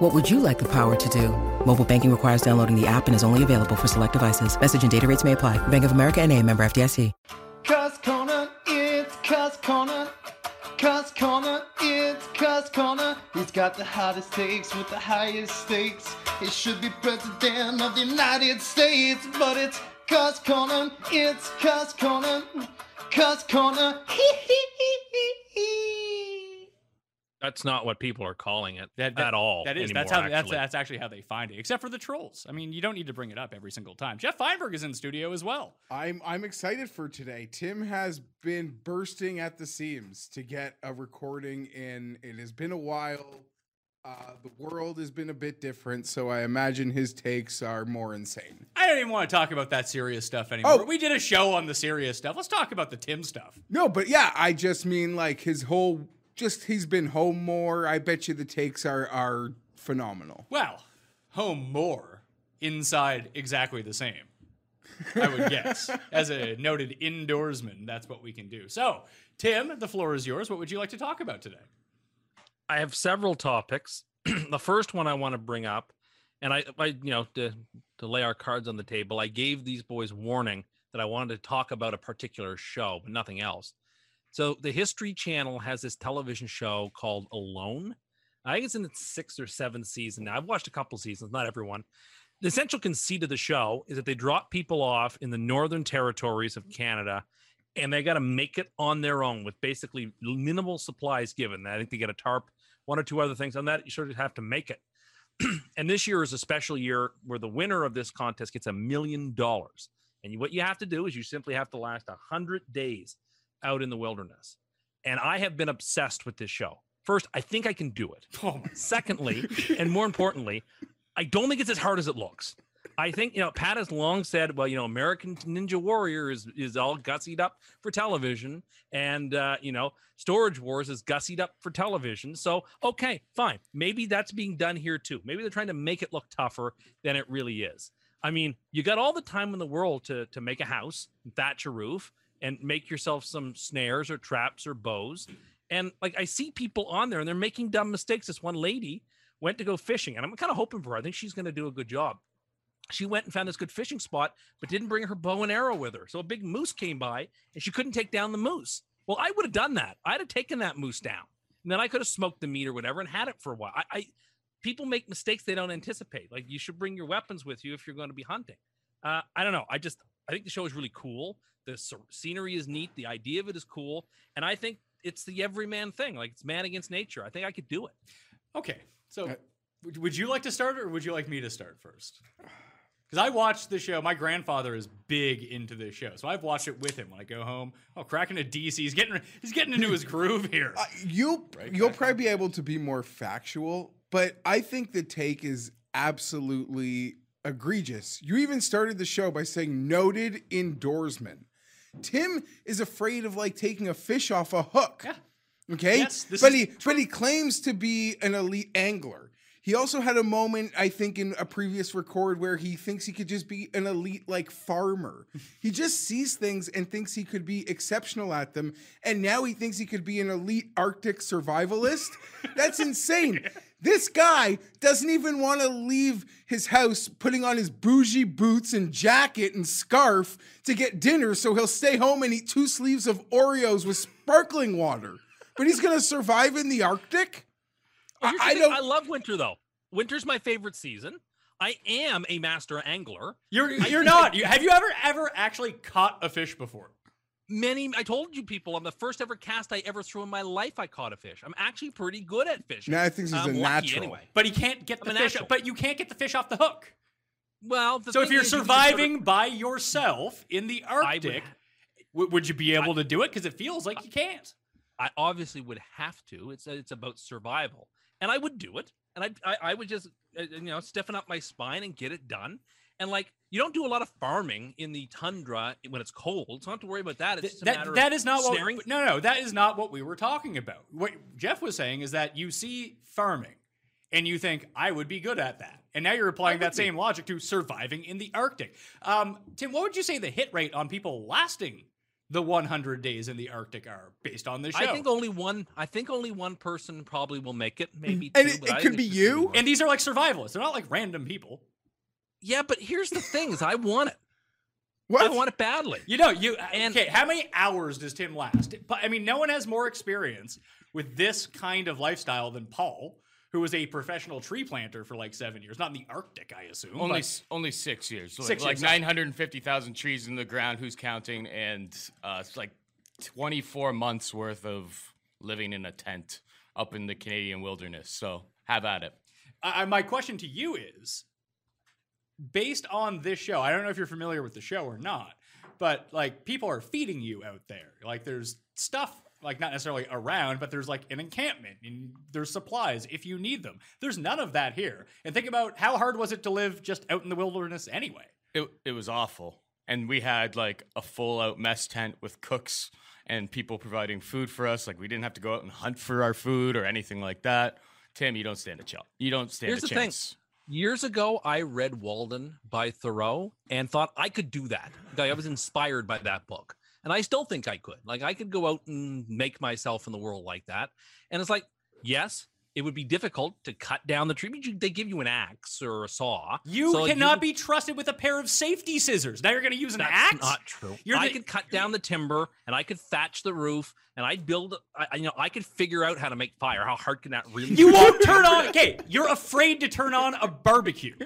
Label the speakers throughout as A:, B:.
A: What would you like the power to do? Mobile banking requires downloading the app and is only available for select devices. Message and data rates may apply. Bank of America and a member FDIC.
B: Cuss Corner, it's Cuss Corner. Cuss Corner, it's Cuss Corner. He's got the hottest takes with the highest stakes. He should be president of the United States, but it's Cuss Corner, it's Cuss Corner. Cuss Corner, hee hee hee hee hee.
C: That's not what people are calling it
D: That,
C: at
D: that-
C: all.
D: That is.
C: Anymore,
D: that's how. That's,
C: actually.
D: that's actually how they find it. Except for the trolls. I mean, you don't need to bring it up every single time. Jeff Feinberg is in the studio as well.
E: I'm I'm excited for today. Tim has been bursting at the seams to get a recording in. It has been a while. Uh, the world has been a bit different, so I imagine his takes are more insane.
D: I don't even want to talk about that serious stuff anymore.
E: Oh.
D: We did a show on the serious stuff. Let's talk about the Tim stuff.
E: No, but yeah, I just mean like his whole just he's been home more. I bet you the takes are are phenomenal.
D: Well, home more inside exactly the same. I would guess. As a noted indoorsman, that's what we can do. So, Tim, the floor is yours. What would you like to talk about today?
C: I have several topics. the first one I want to bring up, and I, I, you know, to to lay our cards on the table, I gave these boys warning that I wanted to talk about a particular show, but nothing else. So the History Channel has this television show called Alone. I think it's in its sixth or seventh season. Now, I've watched a couple seasons, not everyone. The essential conceit of the show is that they drop people off in the northern territories of Canada and they got to make it on their own with basically minimal supplies given. I think they get a tarp, one or two other things on that. You sort of have to make it. and this year is a special year where the winner of this contest gets a million dollars. And you- what you have to do is you simply have to last a hundred days out in the wilderness. And I have been obsessed with this show. First, I think I can do it.
D: Oh my
C: Secondly, and more importantly, I don't think it's as hard as it looks. I think you know Pat has long said, well, you know, American Ninja Warrior is is all gussied up for television, and uh, you know, Storage Wars is gussied up for television. So okay, fine, maybe that's being done here too. Maybe they're trying to make it look tougher than it really is. I mean, you got all the time in the world to to make a house, thatch a roof, and make yourself some snares or traps or bows. And like I see people on there and they're making dumb mistakes. This one lady went to go fishing, and I'm kind of hoping for her. I think she's going to do a good job. She went and found this good fishing spot, but didn't bring her bow and arrow with her. So a big moose came by and she couldn't take down the moose. Well, I would have done that. I'd have taken that moose down. And then I could have smoked the meat or whatever and had it for a while. I, I people make mistakes they don't anticipate. Like you should bring your weapons with you if you're going to be hunting. Uh, I don't know. I just I think the show is really cool. The sce- scenery is neat. The idea of it is cool, and I think it's the everyman thing. Like it's man against nature. I think I could do it.
D: Okay, so
E: Uh,
D: would- would you like to start, or would you like me to start first? Because I watched the show. My grandfather is big into this show, so I've watched it with him when I go home. Oh, cracking a DC. He's getting he's getting into his groove here.
E: Uh, you you'll probably be able to be more factual, but I think the take is absolutely egregious. You even started the show by saying noted indoorsman. Tim is afraid of like taking a fish off a hook.
D: Yeah.
E: Okay.
D: Yes, this
E: but
D: is
E: he but he claims to be an elite angler. He also had a moment, I think, in a previous record where he thinks he could just be an elite like farmer. he just sees things and thinks he could be exceptional at them, and now he thinks he could be an elite Arctic survivalist. That's insane. This guy doesn't even want to leave his house putting on his bougie boots and jacket and scarf to get dinner, so he'll stay home and eat two sleeves of Oreos with sparkling water. But he's gonna survive in the Arctic?
C: Well, here's the
E: I
C: thing,
E: don't-
C: I love winter though. Winter's my favorite season. I am a master angler.
D: You're
C: I
D: you're
C: think I-
D: not. You, have you ever ever actually caught a fish before?
C: Many, I told you people, I'm the first ever cast I ever threw in my life. I caught a fish. I'm actually pretty good at fishing.
E: No, I think this is
C: I'm
E: a
C: lucky
E: natural.
C: Anyway.
D: But he can't get the
C: I'm an
D: fish.
C: asshole.
D: But you can't get the fish off the hook.
C: Well, the
D: so if
C: thing
D: you're
C: is, you can sort of-
D: surviving by yourself in the Arctic, would, would you be able to do it? Because it feels like you can't.
C: I obviously would have to. It's uh, it's about survival, and I would do it, and I'd- I I would just uh, you know stiffen up my spine and get it done. And like, you don't do a lot of farming in the tundra when it's cold. So not to worry about that. It's
D: Th-
C: just a matter
D: that,
C: of
D: that is not
C: snaring.
D: what no no that is not what we were talking about what jeff was saying is that you see farming and you think i would be good at that and now you're applying that same logic to surviving in the arctic um, tim what would you say the hit rate on people lasting the 100 days in the arctic are based on this show
C: I think only one. I think only one person probably will make
D: Mm-hmm.
C: it. Maybe
E: And
C: two,
E: it-
C: but
E: it
C: I
E: could
C: think
E: be
C: it's just gonna
E: you.
C: one.
D: and these are like survivalists they're not like random people
C: yeah, but here's the thing: is I want it.
E: What?
C: I want it badly.
D: you know you uh,
C: And-
D: okay how many hours does tim last but i mean no one has more experience with this kind of lifestyle than paul who was a professional tree planter for like seven years not in the arctic i assume
F: Only
D: but-
F: s- only six years. So
D: Six
F: like
D: years, sorry.
F: nine hundred and fifty thousand trees in the ground. Who's counting? And uh, it's like twenty four months worth of living in a tent up in the Canadian wilderness. So have at it.
D: I, I- my question to you is based on this show i don't know if you're familiar with the show or not but like people are feeding you out there like there's stuff like not necessarily around but there's like an encampment and there's supplies if you need them there's none of that here and think about how hard was it to live just out in the wilderness anyway
F: It it was awful, and we had like a full out mess tent with cooks and people providing food for us. Like we didn't have to go out and hunt for our food or anything like that. Tim, you don't stand a chance. You don't stand
C: Here's
F: a
C: the thing.
F: chance.
C: Years ago, I read Walden by Thoreau and thought I could do that. Like, I was inspired by that book. And I still think I could. Like, I could go out and make myself in the world like that. And it's like, yes, it would be difficult to cut down the tree. but you- They give you an axe or a saw.
D: You
C: So, like,
D: cannot
C: can-
D: be trusted with a pair of safety scissors. Now you're going to use an
C: That's
D: axe?
C: not true.
D: You're
C: I
D: the-
C: could cut down the timber and I could thatch the roof and I'd build, I, I- you know, I could figure out how to make fire. How hard can that really
D: You
C: be?
D: won't turn on. Okay, you're afraid to turn on a barbecue.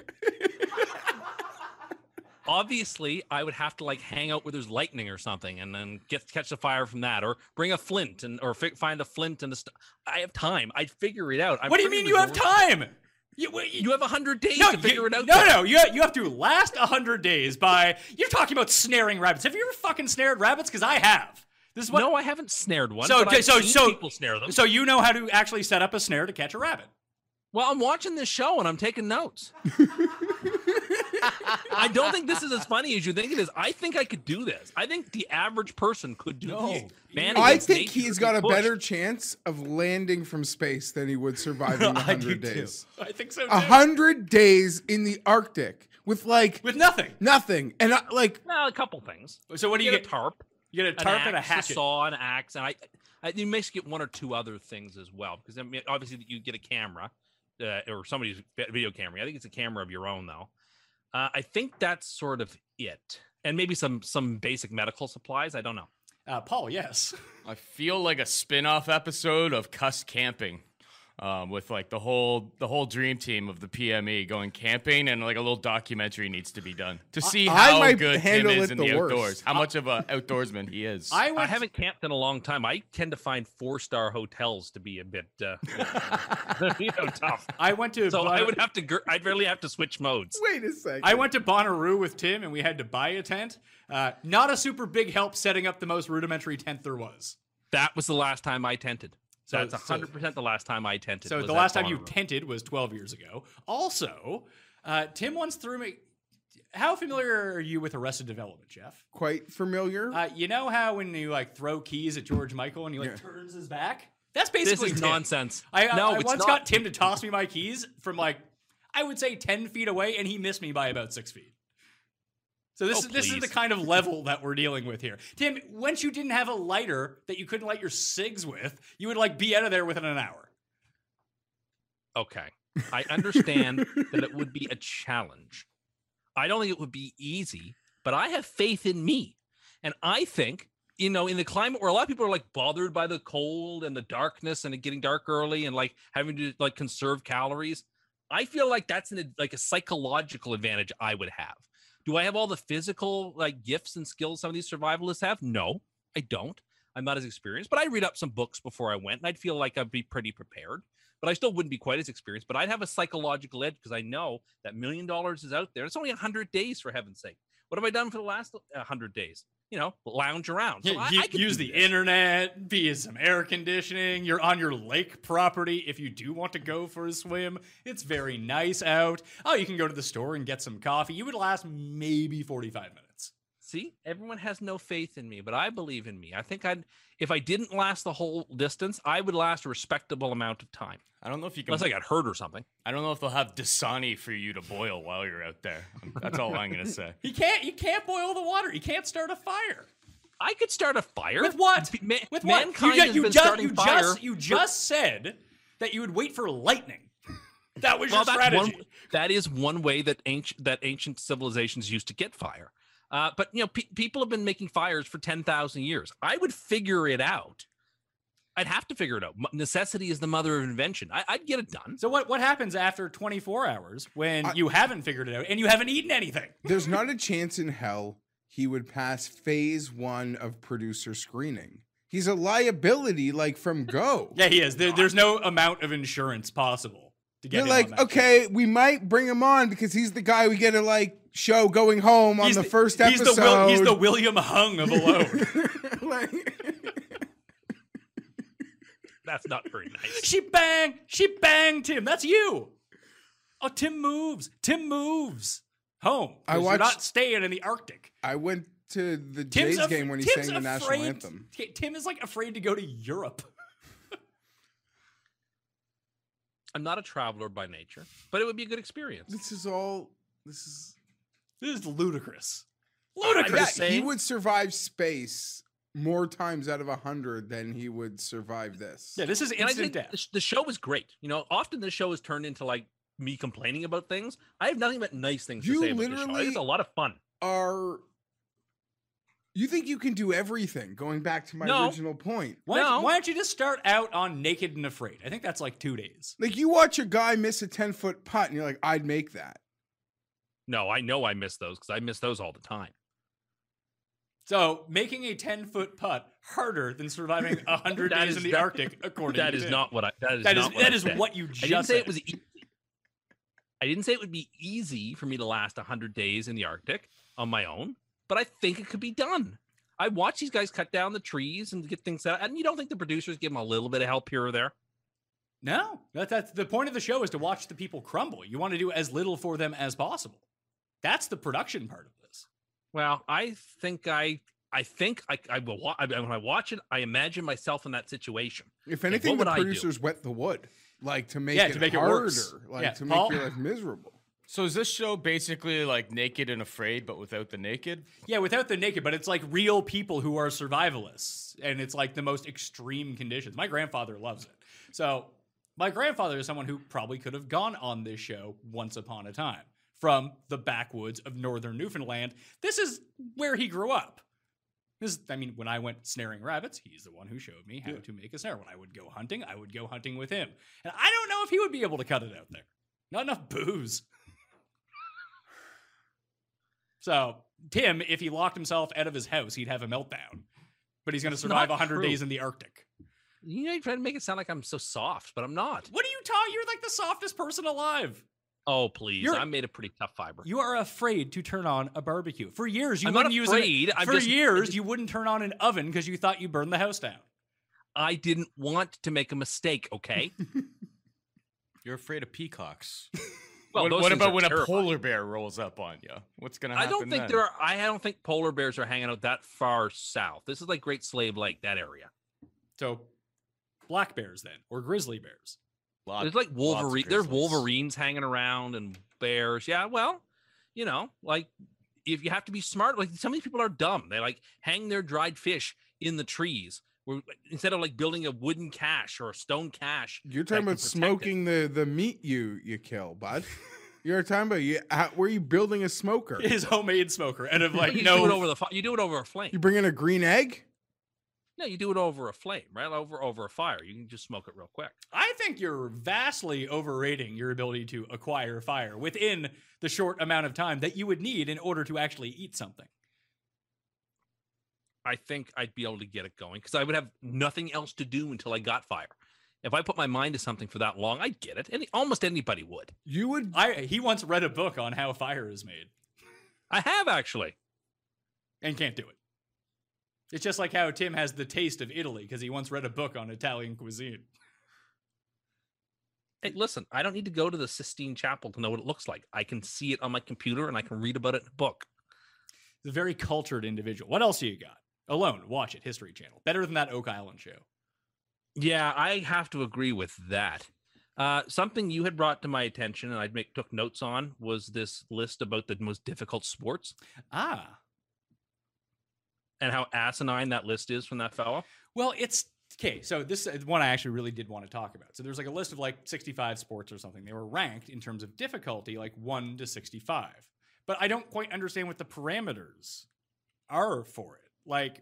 C: obviously I would have to like hang out where there's lightning or something and then get catch the fire from that or bring a flint and or fi- find a flint and a st- I have time. I'd figure it out. I'm
D: what do you
C: pretty
D: mean you have
C: resourceful.
D: time? You, wait, you-
C: You have 100 days
D: no,
C: to figure
D: you,
C: it out.
D: no,
C: then.
D: no. You, you have to last 100 days by. You're talking about snaring rabbits. Have you ever fucking snared rabbits? Because I have. This is what.
C: No, I haven't snared one.
D: So,
C: but I've
D: so,
C: seen
D: so,
C: people snare them.
D: so you know how to actually set up a snare to catch a rabbit.
C: well, I'm watching this show and I'm taking notes. I don't think this is as funny as you think it is. I think I could do this. I think the average person could do this. Man
E: I
C: against
E: think
C: nature could
E: he's got a
C: push.
E: better chance of landing from space than he would surviving
D: I do
E: 100
D: too.
E: days.
D: I think so. Too.
E: 100 days in the Arctic with like
D: With nothing.
E: nothing. And I, like,
C: Well, a couple things.
D: So what do you
C: get a
D: get?
C: tarp.
D: You get a tarp and a hatchet.
C: saw, an axe, and I, I you may get one or two other things as well because I mean, obviously you get a camera, uh, or somebody's vi- video camera. I think it's a camera of your own though. Uh, I think that's sort of it, and maybe some some basic medical supplies. I don't know.
D: Uh, Paul, yes.
F: I feel like a spin-off episode of Cuss Camping. Um, with like the whole the whole dream team of the PME going camping and like a little documentary needs to be done to see
E: I
F: how
E: might
F: good Tim
E: handle
F: is
E: it
F: in
E: the
F: the,
E: worst.
F: outdoors, how much of a outdoorsman he is.
D: I
C: I
D: went.
C: haven't camped in a long time. I tend to find four star hotels to be a bit, uh, you know, tough.
D: I went to.
C: So I
D: Bon-
C: would have to. gr- I'd really have to switch modes.
E: wait a second.
D: I went to Bonnaroo with Tim, and we had to buy a tent. Uh, not a super big help setting up the most rudimentary tent there was.
C: That was the last time I tented.
D: So-
C: That's
D: so-
C: hundred percent the last time I tented.
D: So
C: was
D: the
C: at
D: last time you
C: Bonnaroo.
D: tented was 12 years ago. Also, uh, Tim once threw me. How familiar are you with Arrested Development, Jeff?
E: Quite familiar.
D: Uh, you know how when you like throw keys at George Michael and he like turns his back? That's basically
C: this is
D: Tim.
C: nonsense.
D: I, I-
C: no,
D: I
C: it's
D: once
C: not.
D: got Tim to toss me my keys from like I would say ten feet away, and he missed me by about six feet. So this
C: Oh,
D: is this is the
C: please.
D: kind of level that we're dealing with here, Tim. Once you didn't have a lighter that you couldn't light your cigs with, you would like be out of there within an hour.
C: okay, I understand that it would be a challenge. I don't think it would be easy, but I have faith in me, and I think you know in the climate where a lot of people are like bothered by the cold and the darkness and it getting dark early and like having to like conserve calories. I feel like that's an ad- like a psychological advantage I would have. Do I have all the physical like gifts and skills some of these survivalists have? No, I don't. I'm not as experienced, but I read up some books before I went, and I'd feel like I'd be pretty prepared. But I still wouldn't be quite as experienced. But I'd have a psychological edge because I know that million dollars is out there. It's only hundred days, for heaven's sake. What What have I done for the last uh, hundred days? You know, lounge around. So
D: Yeah,
C: I,
D: you-
C: I could
D: use
C: do
D: the
C: this.
D: internet, be in some air conditioning. You're on your lake property if you do want to go for a swim. It's very nice out. Oh, you can go to the store and get some coffee. You would last maybe 45 minutes.
C: See, everyone has no faith in me, but I believe in me. I think I'd, if I didn't last the whole distance, I would last a respectable amount of time,
F: I don't know if you can.
C: unless I got hurt or something.
F: I don't know if they'll have Dasani for you to boil while you're out there. That's all I'm gonna say.
D: You can't you can't boil the water. You can't start a fire.
C: I could start a fire
D: With what?
C: P- ma-
D: With what?
C: mankind
D: ju-
C: has been
D: ju-
C: starting
D: you
C: fire.
D: just you just said that you would wait for lightning. That was
C: well,
D: your
C: that's one,
D: strategy.
C: that is one way that ancient that ancient civilizations used to get fire. Uh, but you know, pe- people have been making fires for ten thousand years. I would figure it out. I'd have to figure it out. M- Necessity is the mother of invention. I- I'd get it done.
D: So what what happens after 24 hours when you haven't figured it out and you haven't eaten anything?
E: There's not a chance in hell he would pass phase one of producer screening. He's a liability, like from go.
D: Yeah, he is. There, there's no amount of insurance possible to get.
E: You're
D: him on
E: like,
D: that
E: okay, we might bring him on because he's the guy we get to like show going home
D: show.
E: on the, first
D: he's
E: episode.
D: The Wil- he's the William Hung of Alone.
E: like,
C: That's not very nice.
D: she banged. She banged him. That's you. Oh, Tim moves. Tim moves home.
E: I
D: 'cause You're
E: watched-
D: not staying in the Arctic.
E: I went to the
D: Tim's
E: Jays
D: af-
E: game when he
D: Tim's
E: sang the
D: afraid-
E: national anthem.
D: T- Tim is like afraid to go to Europe.
C: I'm not a traveler by nature, but it would be a good experience.
E: This is all. This is.
D: This is ludicrous.
E: Yeah,
D: Ludicrous.
E: he would survive space more times out of a hundred than he would survive this.
D: Yeah, this is
C: And I think
D: instant death.
C: the, sh- the show is great. You know, often the show is turned into like me complaining about things. I have nothing but nice things
E: You
C: to say about the show. I think it's a
E: literally-
C: lot of fun.
E: Are you think you can do everything? Going back to my
C: No.
E: original point,
D: Why, don't,
C: No.
D: why don't you just start out on Naked and Afraid? I think that's like two days.
E: like you watch a guy miss a ten foot putt, and you're like, I'd make that.
C: No, I know I miss those because I miss those all the time.
D: So making a ten foot putt harder than surviving hundred
C: That
D: days
C: is-
D: in the
C: that-
D: Arctic, according
C: That
D: to
C: is
D: Tim.
C: not what I. That is
D: that is
C: not what
D: that
C: I
D: is
C: said.
D: what you
C: I
D: just
C: didn't say
D: said.
C: it was easy. I didn't say it would be easy for me to last 100 days in the Arctic on my own, but I think it could be done. I watch these guys cut down the trees and get things set up. And you don't think the producers give them a little bit of help here or there?
D: no. That, that's the point of the show is to watch the people crumble. You want to do as little for them as possible. That's the production part of this.
C: Well, I think I, I think I, I will. Wa- I, when I watch it, I imagine myself in that situation.
E: If
C: what
E: anything,
C: would
E: the
C: I do?
E: producers wet the wood, like to make
D: Yeah,
E: it
D: to make it
E: harder,
D: worse.
E: like
D: Yeah,
E: to
D: Paul-
E: make your life miserable.
F: So is this show basically like Naked and Afraid, but without the naked?
D: Yeah, without the naked, but it's like real people who are survivalists, and it's like the most extreme conditions. My grandfather loves it. So my grandfather is someone who probably could have gone on this show once upon a time from the backwoods of northern Newfoundland. This is where he grew up. This, I mean, when I went snaring rabbits, he's the one who showed me how to make a snare. When I would go hunting, I would go hunting with him, and I don't know if he would be able to cut it out there. Not enough booze. So Tim, if he locked himself out of his house, he'd have a meltdown. But he's going to survive
C: not
D: 100
C: true.
D: days in the Arctic.
C: You know, you try to make it sound like I'm so soft, but I'm not.
D: What are you talking? You're like the softest person alive.
C: Oh, please!
D: You're-
C: I'm made of pretty tough fiber.
D: You are afraid to turn on a barbecue. For years, you
C: I'm not
D: wouldn't use
C: afraid,
D: An,
C: I'm
D: for
C: just-
D: years, you wouldn't turn on an oven because you thought you burned the house down.
C: I didn't want to make a mistake. Okay.
F: You're afraid of peacoccs.
C: Well,
F: what
C: those
F: what
C: things
F: about
C: are
F: when a
C: terrifying.
F: polar bear rolls up on you? What's gonna
C: I
F: happen?
C: don't think
F: then?
C: there are. I don't think polar bears are hanging out that far south. This is like Great Slave Lake, that area.
D: So, black bears then, or grizzly bears.
F: Lot-
C: There's like
F: lots of
C: Wolverine. There's
F: grizzlies.
C: Wolverines hanging around and bears. Yeah, well, you know, like if you have to be smart, like some of these people are dumb. They like hang their dried fish in the trees where, instead of like building a wooden cache or a stone cache.
E: You're
C: that
E: talking
C: can
E: about
C: protect it.
E: smoking the the meat you you kill, bud. You're talking about you. How, where you building a smoker?
D: His homemade smoker, and of like
C: you
D: no
C: do it over the fi- you do it over a flame.
E: You bring in a green egg?
C: no, you do it over a flame, right? Over over a fire. You can just smoke it real quick.
D: I think you're vastly overrating your ability to acquire fire within the short amount of time that you would need in order to actually eat something.
C: I think I'd be able to get it going because I would have nothing else to do until I got fire. If I put my mind to something for that long, I'd get it. Any, almost anybody would.
E: You would
D: I he once read a book on how fire is made.
C: I have actually.
D: and can't do it. It's just like how Tim has the taste of Italy because he once read a book on Italian cuisine.
C: Hey, listen, I don't need to go to the Sistine Chapel to know what it looks like. I can see it on my computer and I can read about it in a book.
D: He's a very cultured individual. What else do you got? Alone, watch it, History Channel. Better than that Oak Island show.
C: Yeah, I have to agree with that. Uh, something you had brought to my attention and I make, took notes on was this list about the most difficult sports
D: Ah,
C: and how asinine that list is from that fella.
D: Well, it's okay. So this is one I actually really did want to talk about. So there's like a list of like 65 sports or something. They were ranked in terms of difficulty, like one to 65. But I don't quite understand what the parameters are for it. Like,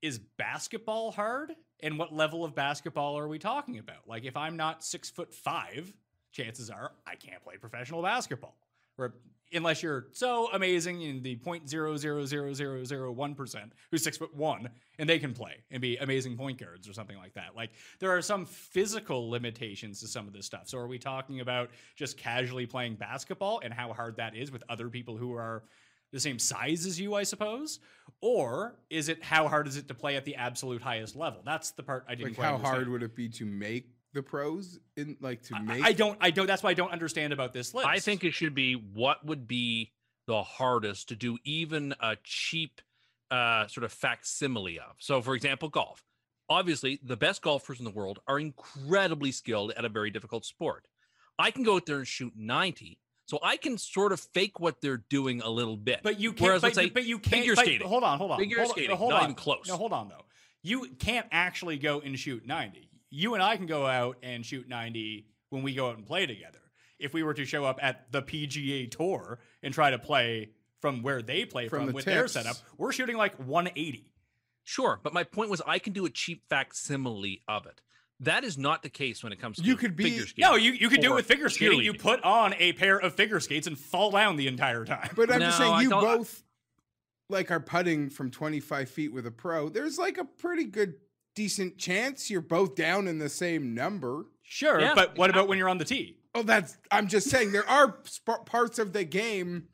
D: is basketball hard? And what level of basketball are we talking about? Like, if I'm not six foot five, chances are I can't play professional basketball. Or unless you're so amazing in the point zero zero zero zero zero one percent who's six foot one and they can play and be amazing point guards or something like that. Like there are some physical limitations to some of this stuff. So are we talking about just casually playing basketball and how hard that is with other people who are the same size as you, I suppose? Or is it how hard is it to play at the absolute highest level? That's the part I didn't
E: Like,
D: quite
E: how
D: understand.
E: hard would it be to make the pros in like to
D: I-
E: make?
D: I don't I don't that's why I don't understand about this list.
C: I think it should be what would be the hardest to do even a cheap uh, sort of facsimile of. So, for example, golf. Obviously, the best golfers in the world are incredibly skilled at a very difficult sport. I can go out there and shoot 90, so I can sort of fake what they're doing a little bit.
D: But you can't.
C: Whereas,
D: but,
C: let's say,
D: but you can't.
C: figure
D: but-
C: skating.
D: Hold on, hold on.
C: Figure
D: hold
C: skating,
D: on, hold
C: not
D: on.
C: even close.
D: No, hold on though. You can't actually go and shoot ninety. You and I can go out and shoot ninety when we go out and play together. If we were to show up at the PGA Tour and try to play from where they play
E: From
D: from,
E: the
D: with their
E: tips.
D: setup, we're shooting like one eighty.
C: Sure, but my point was I can do a cheap facsimile of it. That is not the case when it comes to
E: You could be-
C: figure skating.
D: No, you you could do it
C: Or
D: with figure skating. You
C: cheerleading.
D: put on a pair of figure skates and fall down the entire time.
E: But I'm just
C: No,
E: saying,
C: I
E: you
C: don't- I-
E: both like are putting from 25 feet with a pro. There's like a pretty good, decent chance you're both down in the same number.
D: sure,
C: Yeah,
D: but what about when you're on the tee?
E: Oh, that's. I'm just saying there are sp- parts of the game.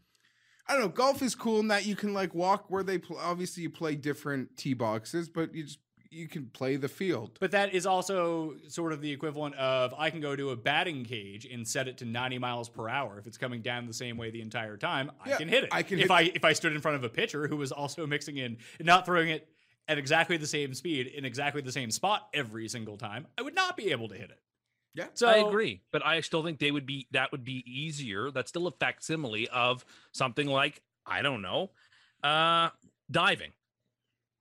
E: I don't know. Golf is cool in that you can like walk where they pl- obviously you play different tee boxes, but you just you can play the field.
D: But that is also sort of the equivalent of I can go to a batting cage and set it to 90 miles per hour. If it's coming down the same way the entire time, I
E: Yeah,
D: can hit it.
E: I can
D: if
E: hit-
D: I if I stood in front of a pitcher who was also mixing in and not throwing it at exactly the same speed in exactly the same spot every single time, I would not be able to hit it.
E: Yeah.
D: So
C: I agree, but I still think they would be that would be easier. That's still a facsimile of something like I don't know, uh, diving,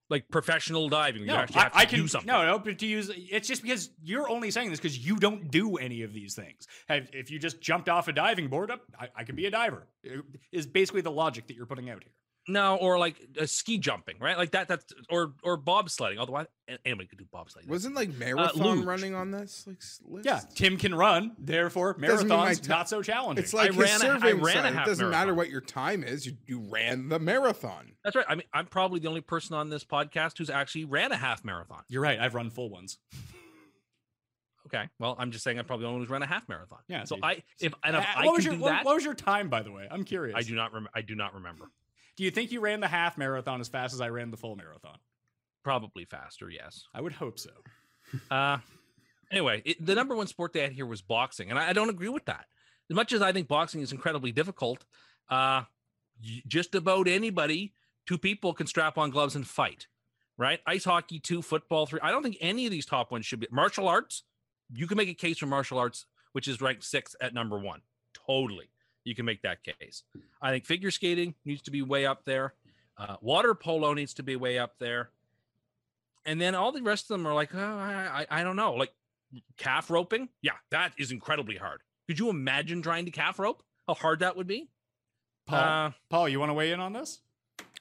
C: like professional diving.
D: No,
C: you actually
D: I,
C: have to
D: I can
C: do something.
D: no, no. But to use it's just because you're only saying this because you don't do any of these things. Have, if you just jumped off a diving board, up, I, I could be a diver. Is basically the logic that you're putting out here.
C: no, or like uh, ski jumping, right? Like that. That's or or bobsledding. Although I, anybody could do bobsledding.
E: Wasn't like marathon
C: Uh, luge.
E: running on this like s- list?
D: Yeah, Tim can run, therefore
E: Doesn't mean my
D: marathons
E: ti-
D: not so challenging.
E: It's like
C: I
E: his
C: ran a- I
E: surveying
C: ran a
E: side. It
C: half
E: doesn't matter
C: marathon.
E: what your time is. You you ran the marathon.
C: that's right. I mean, I'm probably the only person on this podcast who's actually ran a half marathon.
D: you're right. I've run full ones.
C: Okay, well, I'm just saying I'm probably the only one who's ran a half marathon.
D: Yeah,
C: So
D: see.
C: I if and if
D: Uh,
C: I
D: what
C: can
D: was your
C: do
D: what,
C: that,
D: what was your time, by the way? I'm curious.
C: I do not rem- I do not remember.
D: Do you think you ran the half marathon as fast as I ran the full marathon?
C: Probably faster. Yes.
D: I would hope so.
C: Uh, anyway, it, the number one sport they had here was boxing, and I, I don't agree with that. As much as I think boxing is incredibly difficult, uh, y- just about anybody, two people can strap on gloves and fight, right? Ice hockey, two, football, three. I don't think any of these top ones should be martial arts. You can make a case for martial arts, which is ranked sixth at number one. Totally. You can make that case. I think figure skating needs to be way up there. Uh, water polo needs to be way up there and then all the rest of them are like, oh, I, I, I don't know, like calf roping. Yeah, that is incredibly hard. Could you imagine trying to calf rope? How hard that would be?
D: Paul,
C: Uh,
D: Paul, you want to weigh in on this?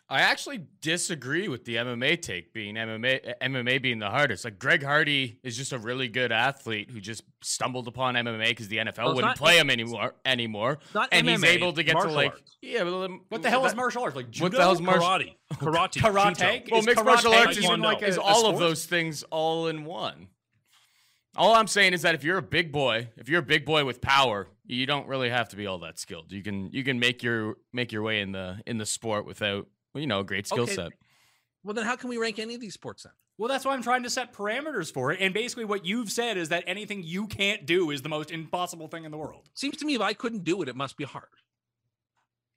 F: I actually disagree with the MMA take being MMA uh, MMA being the hardest. Like Greg Hardy is just a really good athlete who just stumbled upon MMA because the NFL
C: Well, it's
F: wouldn't
C: not-
F: play him anymore anymore,
C: It's not
F: and he's
C: MMA,
F: able to
C: it's
F: get to
C: martial
F: like
C: arts.
F: yeah. Well, um,
D: What
C: Mm,
D: the hell is
F: that-
D: martial arts? Like judo?
F: What the hell's mar- Martial-
C: karate, karate,
D: karate?
C: judo.
F: Well,
D: Is
F: mixed martial
D: karate
F: arts is,
D: even
C: one-
D: like a-
F: is
D: a
F: all of
D: sport?
F: those things all in one. All I'm saying is that if you're a big boy, if you're a big boy with power, you don't really have to be all that skilled. You can you can make your make your way in the in the sport without well, you know, a great skill
C: Okay.
F: set.
C: Well, then how can we rank any of these sports then?
D: Well, that's why I'm trying to set parameters for it. And basically, what you've said is that anything you can't do is the most impossible thing in the world.
C: Seems to me if I couldn't do it, it must be hard.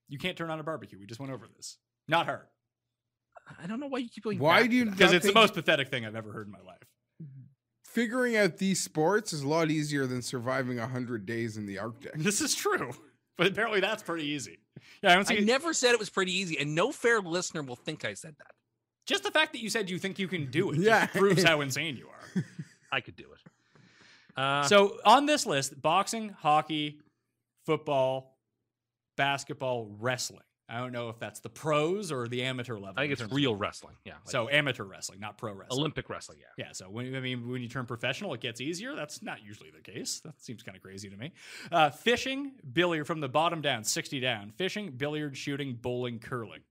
D: You can't turn on a barbecue. We just went over this. Not her.
C: I don't know why you keep going.
E: Why
C: back
E: do
C: to
E: you
C: that.
D: Because
E: not
D: it's the
E: think-
D: most pathetic thing I've ever heard in my life.
E: figuring out these sports is a lot easier than surviving 100 days in the Arctic.
D: This is true. But apparently, that's pretty easy. Yeah, I don't see.
C: I never said it was pretty easy, and no fair listener will think I said that.
D: just the fact that you said you think you can do it
E: Yeah.
D: just proves how insane you are.
C: I could do it. Uh,
D: so on this list, boxing, hockey, football, basketball, wrestling. I don't know if that's the pros or the amateur level.
C: I think
D: in
C: it's
D: terms of-
C: real wrestling. Yeah. like
D: So amateur wrestling, not pro wrestling.
C: Olympic wrestling. Yeah.
D: Yeah, so when I mean when you turn professional, it gets easier. That's not usually the case. That seems kind of crazy to me. Uh, fishing, billiard from the bottom down, sixty down. Fishing, billiard, shooting, bowling, curling.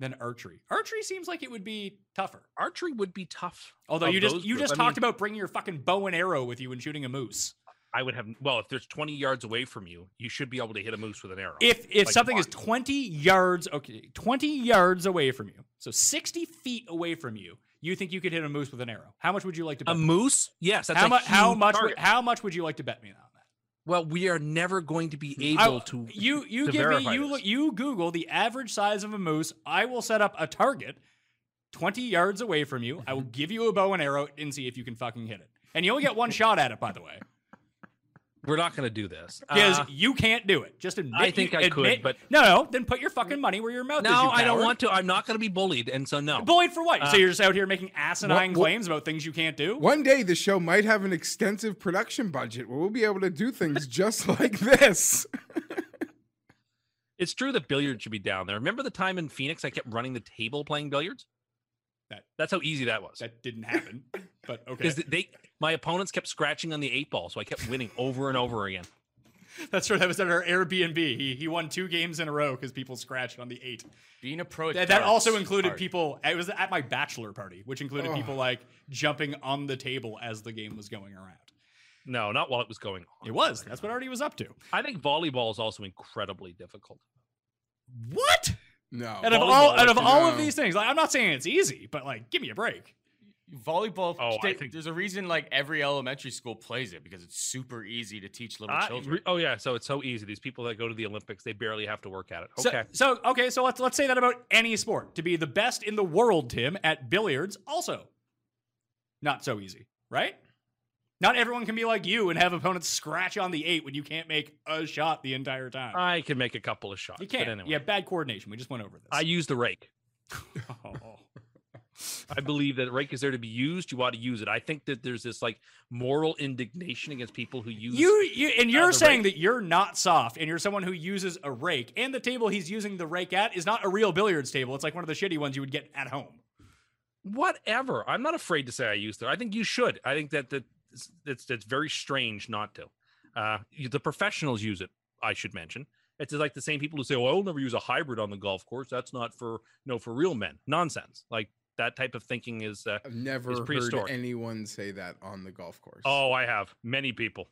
D: Then archery. Archery seems like it would be tougher.
C: Archery would be tough.
D: Although
C: of
D: you just
C: those
D: you
C: groups.
D: just
C: I mean,
D: talked about bringing your fucking bow and arrow with you and shooting a moose.
C: I would have. Well, if there's 20 yards away from you, you should be able to hit a moose with an arrow.
D: If if
C: Like,
D: something is
C: why?
D: twenty yards, okay, twenty yards away from you, so sixty feet away from you, you think you could hit a moose with an arrow? How much would you like to bet?
C: a moose, yes. That's
D: how,
C: a
D: mu- how
C: huge
D: much? would-
C: target.
D: How much would you like to bet me on that?
C: well, we are never going to be
D: I-
C: able to.
D: you you
C: to
D: give me
C: verify
D: you
C: this.
D: look you Google the average size of a moose. I will set up a target twenty yards away from you. I will give you a bow and arrow and see if you can fucking hit it. And you only get one shot at it, by the way,
C: We're not going to do this.
D: because
C: Uh,
D: you can't do it. Just admit.
C: I think
D: you-
C: I could,
D: admit-
C: but-
D: no, no. Then put your fucking money where your mouth is.
C: no,
D: you
C: I don't
D: coward.
C: want to. I'm not going to be bullied, and so no.
D: Bullied for what?
C: Uh,
D: so you're just out here making asinine
E: what- what-
D: claims about things you can't do.
E: One day the show might have an extensive production budget where we'll be able to do things just like this.
C: It's true that billiards should be down there. Remember the time in Phoenix I kept running the table playing billiards?
D: That-
C: That's how easy that was.
D: That didn't happen. But okay,
C: Because they, my opponents kept scratching on the eight ball, so I kept winning over and over again.
D: that's true. That was at our Airbnb. He he won two games in a row because people scratched on the eight.
F: Being a pro, at
D: That, that also
F: darts
D: included
F: hard.
D: people. It was at my bachelor party, which included people like jumping on the table as the game was going around.
C: No, not while it was going on.
D: It was. That's what Artie was up to.
C: I think volleyball is also incredibly difficult.
D: What?
E: No.
D: Out of all
C: volleyball
D: out of
C: is-
D: all of
E: No.
D: these things, like, I'm not saying it's easy, but like, give me a break.
F: Volleyball.
C: Oh, I
F: they-
C: think-
F: there's a reason like every elementary school plays it because it's super easy to teach little
C: I-
F: children.
C: re- oh yeah, so it's so easy. These people that go to the Olympics, they barely have to work at it.
D: So-
C: Okay,
D: So, okay, so let's let's say that about any sport. To be the best in the world, Tim, at billiards, also not so easy, right? Not everyone can be like you and have opponents scratch on the eight when you can't make a shot the entire time.
C: I can make a couple of shots.
D: you
C: Uh, but
D: can't.
C: Anyway,
D: You have bad coordination. We just went over this.
C: I use the rake.
D: Oh.
C: I believe that rake is there to be used. You ought to use it. I think that there's this like moral indignation against people who use
D: You, you and
C: the
D: you're
C: rake.
D: saying that you're not soft and you're someone who uses a rake and the table he's using the rake at is not a real billiards table. It's like one of the shitty ones you would get at home.
C: whatever. I'm not afraid to say I used it. I think you should. I think that that it's it's, it's very strange not to. Uh, you- the professionals use it. I should mention. It's like the same people who say, "Well, I'll never use a hybrid on the golf course. That's not for no for real men." Nonsense. Like that type of thinking is. Uh,
E: I've never
C: It's
E: heard
C: prehistoric.
E: anyone say that on the golf course.
C: oh, I have many people.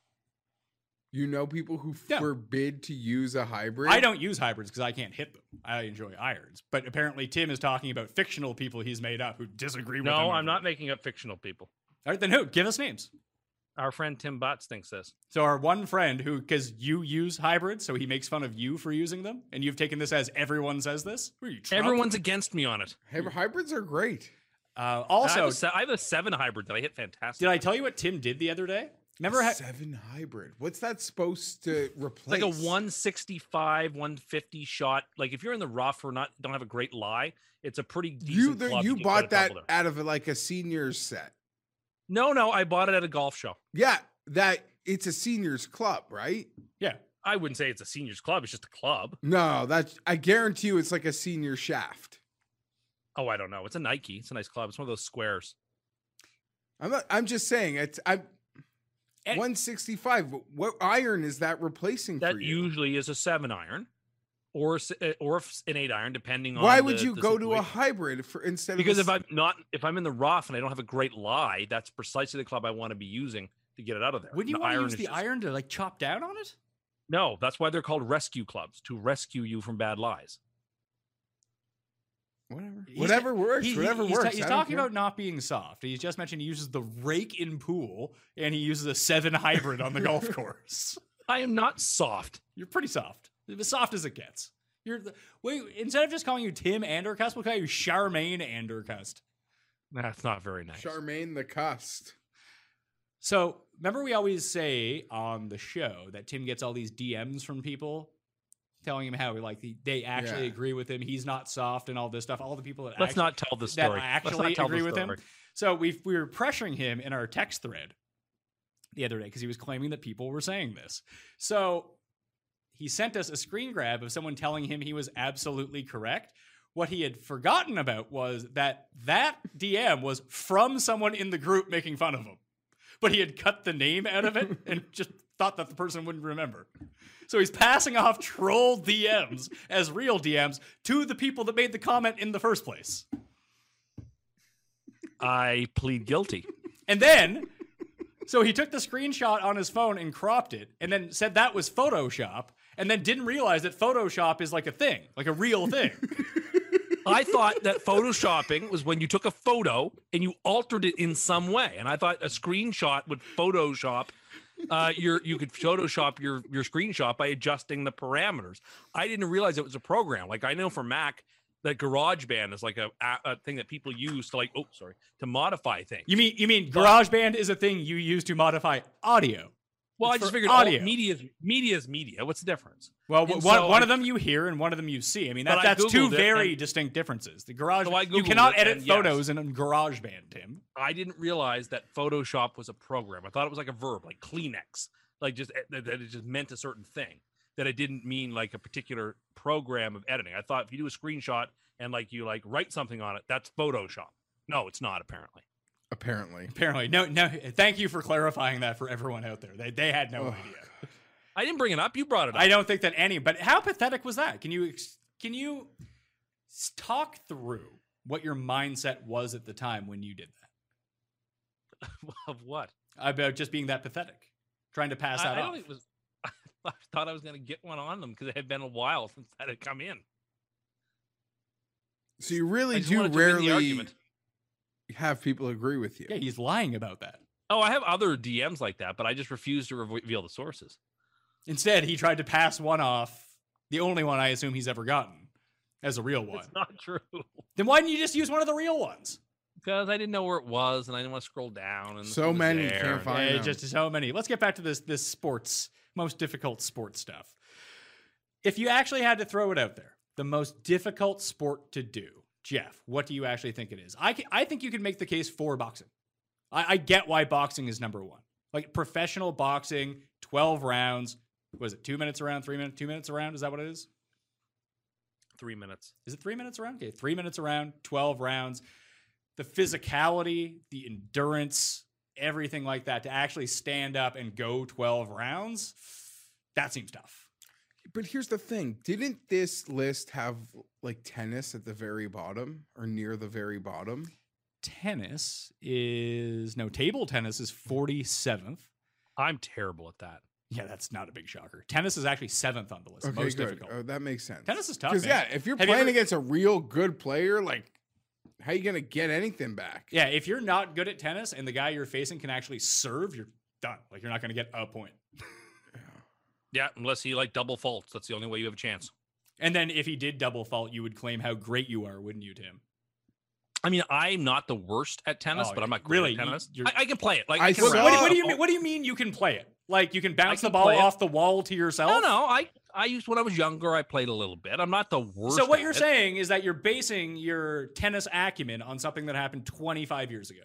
E: You know people who
D: Yeah.
E: forbid to use a hybrid?
D: I don't use hybrids because I can't hit them. I enjoy irons, but apparently Tim is talking about fictional people he's made up who disagree with him.
C: No,
D: over
C: I'm not
D: it.
C: making up fictional people.
D: All right, then who? Give us names.
C: Our friend Tim Botts thinks this.
D: So our one friend who, because you use hybrids, so he makes fun of you for using them, and you've taken this as everyone says this. Who are you? Trump?
C: Everyone's against me on it.
E: Hy- Hybrids are great.
D: Uh,
C: And I have,
D: also,
C: a se- I have a seven hybrid that I hit fantastic.
D: did I tell you what Tim did the other day? Remember how?
E: seven hybrid. What's that supposed to
C: It's like
E: replace?
C: a 165, 150 shot. Like if you're in the rough or not, don't have a great lie, it's a pretty decent.
E: You the,
C: club
E: you
C: can put a
E: bought that
C: couple there.
E: out of like a seniors set.
C: No, no, I bought it at a golf show.
E: Yeah, that it's a seniors club, right?
D: Yeah.
C: I wouldn't say it's a seniors club. It's just a club.
E: No, that's I guarantee you it's like a senior shaft.
C: Oh, I don't know. It's a Nike. It's a nice club. It's one of those squares.
E: I'm not, I'm just saying it's I'm
D: And-
E: 165. What iron is that replacing
C: That
E: for you?
C: usually is a seven iron, or a s- uh, or if it's an eight iron, depending on.
E: Why would
C: the-
E: you
C: the
E: go to a
C: situation.
E: hybrid for instead
C: Because
E: of
C: if
E: a, s-
C: I'm not, if I'm in the rough and I don't have a great lie, that's precisely the club I want to be using to get it out of there.
D: Wouldn't you
C: An
D: want to use
C: is
D: the
C: just-
D: iron to like chop down on it?
C: No, that's why they're called rescue clubs to rescue you from bad lies.
E: Whatever.
D: He's-
E: whatever works.
D: he- he-
E: whatever
D: he's ta-
E: works.
D: he's
E: I don't
D: talking
E: care.
D: about not being soft. He's just mentioned he uses the rake in pool and he uses a seven hybrid on the golf course.
C: I am not soft.
D: You're pretty soft, as soft as it gets. You're the, wait. Instead of just calling you Tim Andercust, we'll call you Charmaine Andercust.
C: That's not very nice.
E: Charmaine the Cust.
D: So remember, we always say on the show that Tim gets all these DMs from people telling him how like the, they actually
E: Yeah.
D: agree with him. He's not soft and all this stuff. All the people that
C: Let's
D: act-
C: not tell the
D: that
C: story. Let's
D: actually
C: not tell the
D: agree with him.
C: story.
D: So we we were pressuring him in our text thread the other day because he was claiming that people were saying this. So he sent us a screen grab of someone telling him he was absolutely correct. What he had forgotten about was that that DM was from someone in the group making fun of him, but he had cut the name out of it and just thought that the person wouldn't remember. So he's passing off troll DMs as real DMs to the people that made the comment in the first place.
C: I plead guilty.
D: And then, so he took the screenshot on his phone and cropped it, and then said that was Photoshop, and then didn't realize that Photoshop is like a thing, like a real thing.
C: I thought that photoshopping was when you took a photo and you altered it in some way, and I thought a screenshot would photoshop. Uh, your you could photoshop your your screenshot by adjusting the parameters. I didn't realize it was a program. Like I know for Mac that GarageBand is like a, a, a thing that people use to like oh sorry to modify things.
D: you mean you mean GarageBand is a thing you use to modify audio?
C: well, I
D: for
C: just figured audio
D: audio.
C: media is media is media. What's the difference?
D: Well, w-
C: And
D: one,
C: so
D: one of
C: I-
D: them you hear and one of them you see. I mean,
C: But
D: that,
C: I
D: that's two
C: Googled it
D: very
C: and-
D: distinct differences. The garage
C: So I
D: you
C: Googled
D: cannot
C: it
D: edit
C: and yes.
D: photos in GarageBand, Tim.
C: I didn't realize that Photoshop was a program. I thought it was like a verb, like Kleenex, like just that, that it just meant a certain thing. That it didn't mean like a particular program of editing. I thought if you do a screenshot and like you like write something on it, that's Photoshop. No, it's not apparently.
E: Apparently.
D: Apparently, no, no. Thank you for clarifying that for everyone out there. They they had no
E: Oh,
D: idea.
C: I didn't bring it up. You brought it up.
D: I don't think that any. But how pathetic was that? Can you ex- can you s- talk through what your mindset was at the time when you did that
C: of what?
D: about just being that pathetic, trying to pass
C: I,
D: that
C: I
D: off?
C: don't e-, think it was. I thought I was going to get one on them because it had been a while since that had come in.
E: So you
C: I
E: really
C: just
E: do
C: wanted to win the
E: rarely
C: argument.
E: have people agree with you.
D: yeah, he's lying about that.
C: Oh, I have other DMs like that, but I just refuse to reveal the sources.
D: Instead, he tried to pass one off, the only one I assume he's ever gotten, as a real one.
C: It's not true.
D: then why didn't you just use one of the real ones?
C: because I didn't know where it was and I didn't want to scroll down. And
E: So
C: it was
E: many, you
C: there,
E: can't
C: and-
E: find- I
D: Yeah,
E: know.
D: just so many. Let's get back to this this sports most difficult sports stuff. If you actually had to throw it out there, the most difficult sport to do, Jeff, what do you actually think it is? I ca- I think you can make the case for boxing. I, I get why boxing is number one. Like professional boxing, twelve rounds. Was it two minutes around? Three minutes? Two minutes around? Is that what it is?
C: Three minutes.
D: Is it three minutes around? Okay, three minutes around, 12 rounds. The physicality, the endurance, everything like that to actually stand up and go 12 rounds, that seems tough.
E: But here's the thing didn't this list have like tennis at the very bottom or near the very bottom?
D: Tennis is no table tennis is 47th.
C: I'm terrible at that.
D: Yeah, that's not a big shocker. Tennis is actually seventh on the list, most difficult.
E: Oh, that makes sense.
D: tennis is tough.
E: Because, yeah,
D: man.
E: if you're
D: Have you
E: playing
D: ever-
E: against a real good player, like, how you going to get anything back?
D: yeah, if you're not good at tennis and the guy you're facing can actually serve, you're done. Like you're not going to get a point.
C: Yeah, unless he like double faults. That's the only way you have a chance.
D: And then if he did double fault, you would claim how great you are, wouldn't you, Tim?
C: I mean, I'm not the worst at tennis,
D: Oh,
C: but I'm not
D: really,
C: great
D: you-
C: at tennis.
D: you're-
C: I, I can play it. Like
E: I
C: can
D: What,
E: saw-
C: wrap
D: what
C: it up.
D: do, what do you mean? What do you mean you can play it? Like you can bounce the
C: can
D: ball
C: play it.
D: off the wall to yourself?
C: No, no. I I used when I was younger. I played a little bit. I'm not the worst.
D: So what
C: at
D: you're
C: it.
D: saying is that you're basing your tennis acumen on something that happened 25 years ago.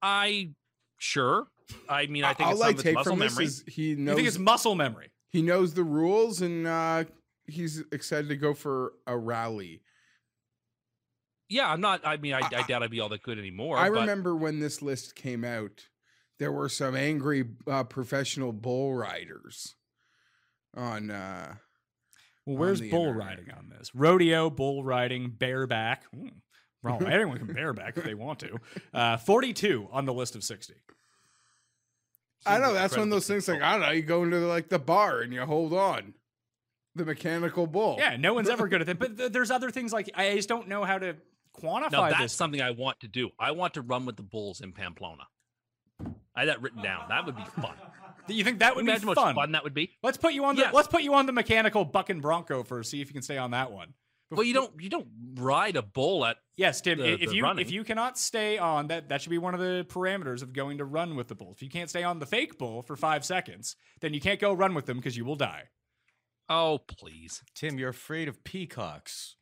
C: I sure. I mean, I think it's
E: All
C: some
E: I
C: of it's
E: take
C: muscle
E: from this
C: memory.
E: is he
D: You think it's
E: knows,
D: muscle memory?
E: he knows the rules and uh, he's excited to go for a rally.
C: Yeah, I'm not. I mean, I,
E: I-
C: I doubt I'd be all that good anymore.
E: I
C: but
E: remember when this list came out, there were some angry uh, professional bull riders on uh
D: Well,
E: On
D: where's
E: the
D: bull
E: internet.
D: riding on this? Rodeo, bull riding, bareback. Hmm. Wrong. Anyone can bareback if they want to. Uh, 42 on the list of 60.
E: I
C: Seems
E: know that's one of
C: incredibly
E: those things like
C: difficult.
E: I don't know, you go into like the bar and you hold on. the mechanical bull.
D: Yeah, no one's ever good at that. But th- there's other things like I just don't know how to quantify
C: Now that's
D: this.
C: something I want to do. I want to run with the bulls in Pamplona. I had that written down. That would be fun.
D: You think that would be
C: Imagine how
D: fun?
C: much fun that would be.
D: Let's put you on the
C: Yes.
D: let's put you on the mechanical buck and bronco first. See if you can stay on that one.
C: Well, you don't you don't ride a bull at
D: Yes, Tim.
C: the-
D: i- if
C: the
D: you
C: running.
D: if you cannot stay on that, that should be one of the parameters of going to run with the bull. If you can't stay on the fake bull for five seconds, then you can't go run with them because you will die.
C: oh please.
F: Tim, you're afraid of peacocks.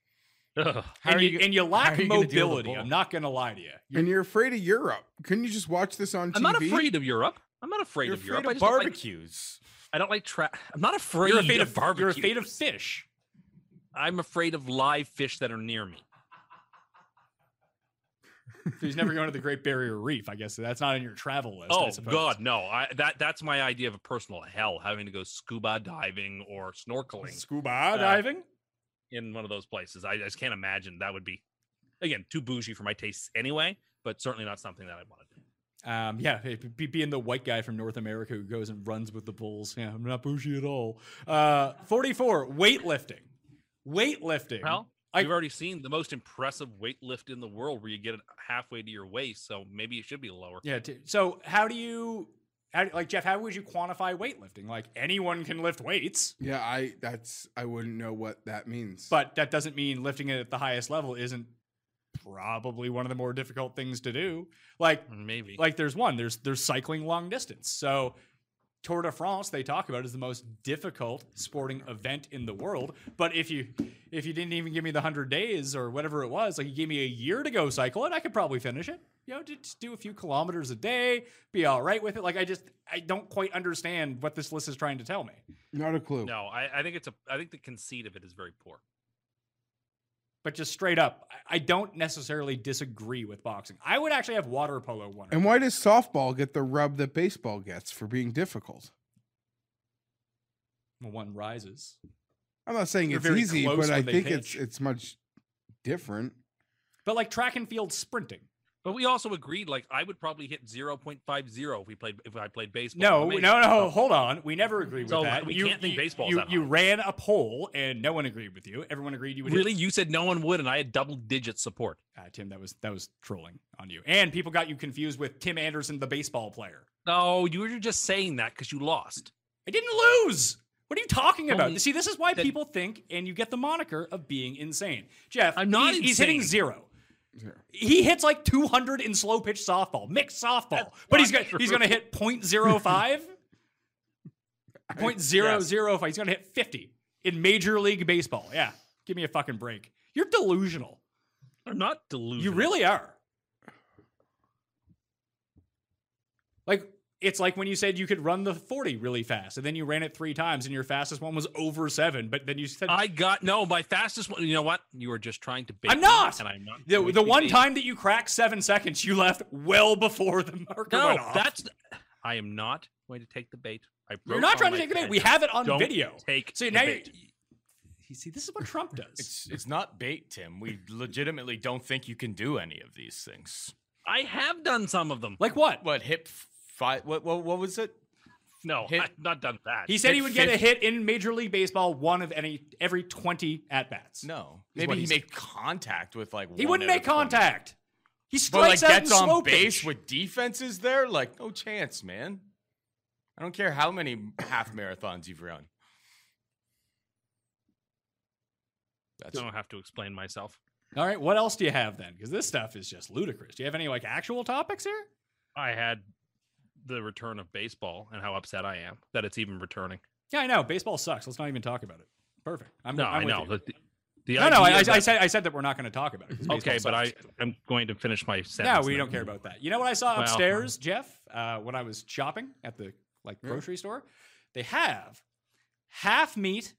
C: Ugh.
F: How
D: and,
F: are
D: you,
F: you go-
D: and you
F: how
D: lack
F: are you gonna deal with a
D: mobility.
F: bull?
D: I'm not gonna lie to you.
E: And you're afraid of Europe. Couldn't you just watch this on TV?
C: I'm not afraid of Europe. I'm not afraid
F: You're
C: of Europe.
F: afraid
C: I
F: of
C: just don't like-
F: barbecues.
C: I don't like trap. I'm not afraid,
D: You're afraid
C: of,
D: of
C: barbecue.
D: You're afraid of fish.
C: I'm afraid of live fish that are near me.
D: So he's never going to the Great Barrier Reef. I guess that's not in your travel list. I
C: Oh
D: suppose.
C: God, no! I, that that's my idea of a personal hell, having to go scuba diving or snorkeling
D: Scuba
F: Uh,
D: diving.
C: in one of those places. I, I just can't imagine that would be, again, too bougie for my tastes anyway. But certainly not something that I want to do.
D: Um, yeah, hey, be- be- being the white guy from North America who goes and runs with the bulls. Yeah, I'm not bougie at all. Uh, 44, weightlifting. Weightlifting.
C: Well,
D: I-
C: you've already seen the most impressive weight lift in the world, where you get it halfway to your waist, so maybe it should be lower.
D: yeah. T- so how do you, how do, like Jeff, how would you quantify weightlifting? Like anyone can lift weights,
E: Yeah, I that's I wouldn't know what that means.
D: but that doesn't mean lifting it at the highest level isn't probably one of the more difficult things to do. Like
C: Maybe.
D: like there's one there's there's cycling long distance so tour de france they talk about is the most difficult sporting event in the world but if you if you didn't even give me the 100 days or whatever it was like you gave me a year to go cycle it i could probably finish it you know just do a few kilometers a day be all right with it like i just i don't quite understand what this list is trying to tell me
E: not a clue.
C: no, I, I think it's a. I think the conceit of it is very poor.
D: but just straight up i, I don't necessarily disagree with boxing i would actually have water polo one or
E: And why does softball get the rub that baseball gets for being difficult?
D: one rises
E: I'm not saying
D: They're
E: it's
D: very
E: easy,
D: close
E: but
D: when
E: I
D: they
E: think it's
D: pitch.
E: it's much different.
D: but like track and field sprinting
C: But we also agreed, like I would probably hit zero point five zero if we played if I played baseball.
D: No,
C: Amazing.
D: no, no. Hold on. We never agreed with
C: So,
D: that.
C: we can't think baseball's
D: You,
C: that
D: you
C: high.
D: ran a poll and no one agreed with you. Everyone agreed you would hit-
C: Really, you said no one would, and I had double digit support.
D: Ah, Tim, that was that was trolling on you. And people got you confused with Tim Anderson, the baseball player.
C: No, you were just saying that because you lost.
D: I didn't lose. What are you talking about?
C: Only
D: See, this is why
C: that-
D: people think, and you get the moniker of being insane. Jeff,
C: I'm not
D: he's, he's hitting
C: insane.
D: zero.
E: Zero.
D: He hits like 200 in slow pitch softball, mixed softball, but he's
C: not
D: gonna he's gonna hit 0.05, 0.005. He's gonna hit 50 in Major League Baseball. Yeah, give me a fucking break. You're delusional.
C: I'm not delusional.
D: You really are. Like it's like when you said you could run the 40 really fast, and then you ran it three times, and your fastest one was over seven. But then you said
C: I got no. My fastest one. You know what? You were just trying to bait.
D: I'm
C: me,
D: not.
C: And I'm not.
D: the,
C: going
D: the
C: to
D: one
C: bait-
D: time that you cracked seven seconds, you left well before the marker
C: No,
D: went off.
C: that's. I am not going to take the bait. I
D: You're
C: wrote
D: not
C: on
D: trying to
C: my
D: take the bait.
C: pen,
D: We have it on
C: don't
D: video.
C: Take.
D: So
C: the
D: now you
C: bait.
D: you see, this is what Trump does.
F: It's it's not bait, Tim. We legitimately don't think you can do any of these things.
C: I have done some of them.
D: like what?
F: What hip five? What what, what was it?
C: No,
F: hit-
C: I've not done that.
D: He said
F: hit
D: he would get a
F: 50
D: hit in Major League Baseball one of any every 20 at bats.
F: No,
D: Is what
F: maybe
D: he
F: he
D: said.
F: made contact with like.
D: He
F: one
D: wouldn't
F: out
D: make
F: of 20.
D: contact. He
F: But like
D: strikes out in
F: gets
D: slow
F: on base
D: pitch.
F: with defenses there, like no chance, man. I don't care how many half marathons you've run.
C: I don't have to explain myself.
D: All right, what else do you have then? Because this stuff is just ludicrous. Do you have any like actual topics here?
C: I had the return of baseball and how upset I am that it's even returning.
D: Yeah, I know. Baseball sucks. Let's not even talk about it. Perfect. I'm,
C: No,
D: I'm
C: i
D: with
C: know.
D: you.
C: but The, the
D: No, no. I,
C: idea
D: I, I
C: that-
D: said I said that we're not going to talk about it. 'cause baseball
C: okay, but I
D: sucks.
C: am going to finish my sentence.
D: No, we
C: now.
D: don't care about that. You know what I saw
C: Well, uh-huh.
D: upstairs, Jeff, uh, when I was shopping at the like grocery store? They have half meat,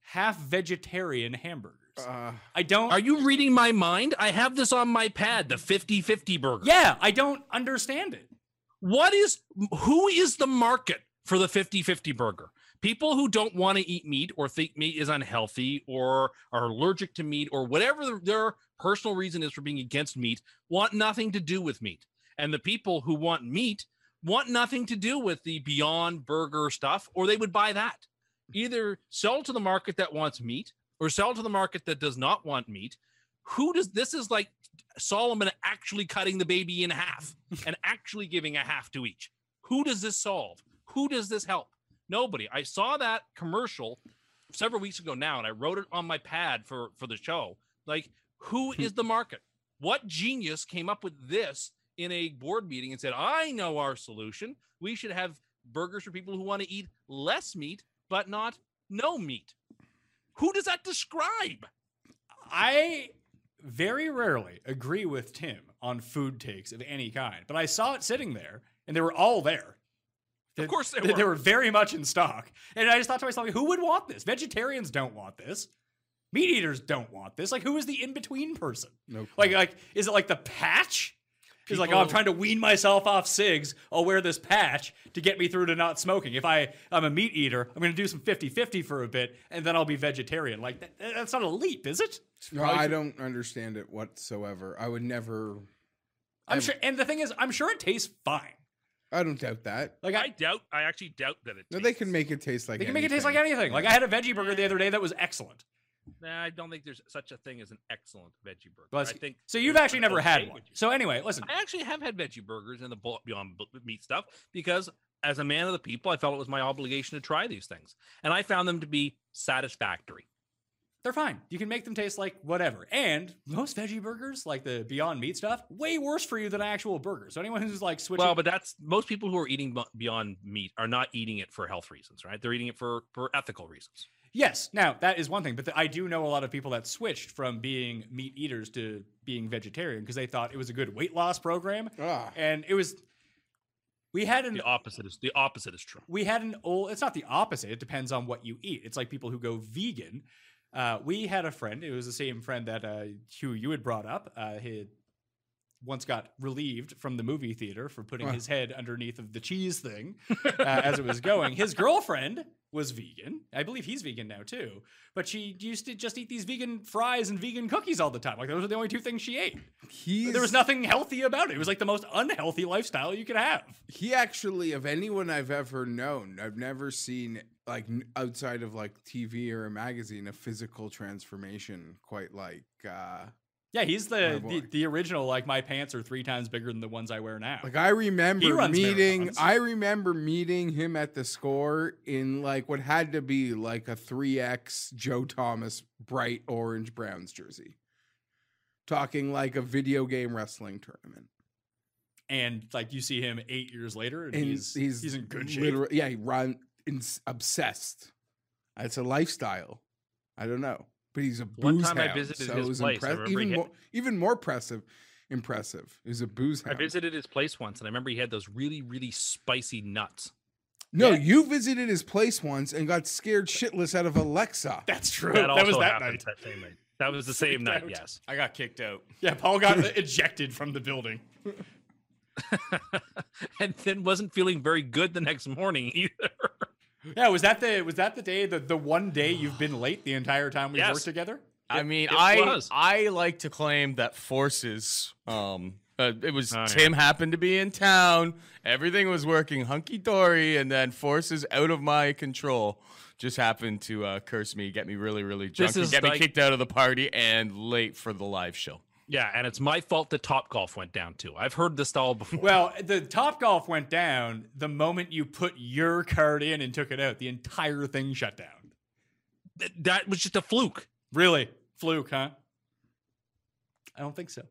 D: half vegetarian hamburgers.
E: Uh,
D: I don't.
C: Are you reading my mind? I have this on my pad, the 50-50 burger.
D: yeah, I don't understand it.
C: What is who is the market for the 50-50 burger? People who don't want to eat meat or think meat is unhealthy or are allergic to meat or whatever their- their personal reason is for being against meat want nothing to do with meat. And the people who want meat want nothing to do with the Beyond Burger stuff or they would buy that. either sell to the market that wants meat or sell to the market that does not want meat. Who does this is like Solomon actually cutting the baby in half and actually giving a half to each. Who does this solve? Who does this help? Nobody. I saw that commercial several weeks ago now and I wrote it on my pad for for the show. Like who is the market? What genius came up with this in a board meeting and said, "I know our solution. We should have burgers for people who want to eat less meat but not no meat." Who does that describe?
D: I very rarely agree with Tim on food takes of any kind, but I saw it sitting there, and they were all there. They-
C: course they
D: they, they
C: were.
D: were very much in stock, and I just thought to myself, like, who would want this? Vegetarians don't want this. Meat eaters don't want this. Like, who is the in between person?
E: No
D: Like, like, is it like the patch? He's like, oh, I'm
C: People-
D: trying to wean myself off cigs. I'll wear this patch to get me through to not smoking. If I, I'm a meat eater, I'm going to do some 50 50 for a bit, and then I'll be vegetarian. Like, that, that's not a leap, is it?
E: No, I don't understand it whatsoever. I would never.
D: I'm sure. And the thing is, I'm sure it tastes fine.
E: I don't doubt that.
D: Like I,
C: I doubt. I actually doubt that it.
E: No, they
C: tastes-
E: can make it taste like.
D: they can make it taste like
E: anything.
D: anything. Like I had a veggie burger the other day that was excellent.
C: Nah, I don't think there's such a thing as an excellent veggie burger.
D: Bless
C: I
D: you.
C: think
D: so. You've
C: there's
D: actually
C: an
D: never had
C: okay
D: one.
C: veggie-
D: So anyway, listen.
C: I actually have had veggie burgers and the bu- beyond bu- meat stuff because as a man of the people, I felt it was my obligation to try these things, and I found them to be satisfactory.
D: They're fine. You can make them taste like whatever. And most veggie burgers, like the Beyond Meat stuff, way worse for you than actual burgers. So anyone who's like switching,
C: Well, but that's most people who are eating bu- beyond meat are not eating it for health reasons, right? They're eating it for for ethical reasons.
D: yes, now that is one thing. But the, I do know a lot of people that switched from being meat eaters to being vegetarian because they thought it was a good weight loss program,
E: Ah.
D: and it was. We had an
C: The opposite is the opposite is true.
D: we had an old it's not the opposite it depends on what you eat it's like people who go vegan uh, we had a friend it was the same friend that uh, hugh you had brought up uh, he once got relieved from the movie theater for putting his head underneath of the cheese thing uh, as it was going his girlfriend was vegan i believe he's vegan now too but she used to just eat these vegan fries and vegan cookies all the time like those were the only two things she ate
E: He's,
D: there was nothing healthy about it it was like the most unhealthy lifestyle you could have
E: He actually, of anyone I've ever known, I've never seen like n- outside of like TV or a magazine a physical transformation quite like uh
D: Yeah, he's the,
E: My
D: the
E: boy.
D: the original. Like my pants are three times bigger than the ones I wear now.
E: Like I remember
D: runs
E: meeting,
D: marathons.
E: I remember meeting him at the score in like what had to be like a three X Joe Thomas bright orange Browns jersey, talking like a video game wrestling tournament.
D: and like you see him eight years later, and, he's, he's in good shape.
E: literal- yeah, he run ins obsessed. It's a lifestyle. I don't know, but he's a
C: One
E: booze
C: time I
E: hound,
C: visited
E: so
C: his
E: it was
C: place, I
E: impress-
C: remember he
E: even
C: had-
E: more, even more impressive. Impressive. He was a booze
C: I
E: hound.
C: visited his place once, and I remember he had those really really spicy nuts.
E: No, you visited his place once and got scared shitless out of Alexa.
D: That's true.
C: That,
D: That,
C: also
D: was that
C: happened
D: night.
C: that same night. That was the same night. Yes.
F: I got kicked out.
D: Yeah, Paul got ejected from the building.
C: and then wasn't feeling very good the next morning either.
D: Yeah, was that the was that the day the the one day you've been late the entire time we
C: Yes.
D: worked together?
F: I mean,
C: it
F: I
C: was.
F: I like to claim that forces. Um, uh, it was
C: Oh, yeah.
F: Tim happened to be in town. Everything was working hunky dory, and then forces out of my control just happened to uh, curse me, get me really, really drunk, and
C: is
F: get me
C: like-
F: kicked out of the party and late for the live show.
C: Yeah, and it's my fault that Top Golf went down too. I've heard this all before.
D: Well, the top golf went down the moment you put your card in and took it out. The entire thing shut down.
C: Th- that was just a fluke.
D: Really, fluke, huh? I don't think so.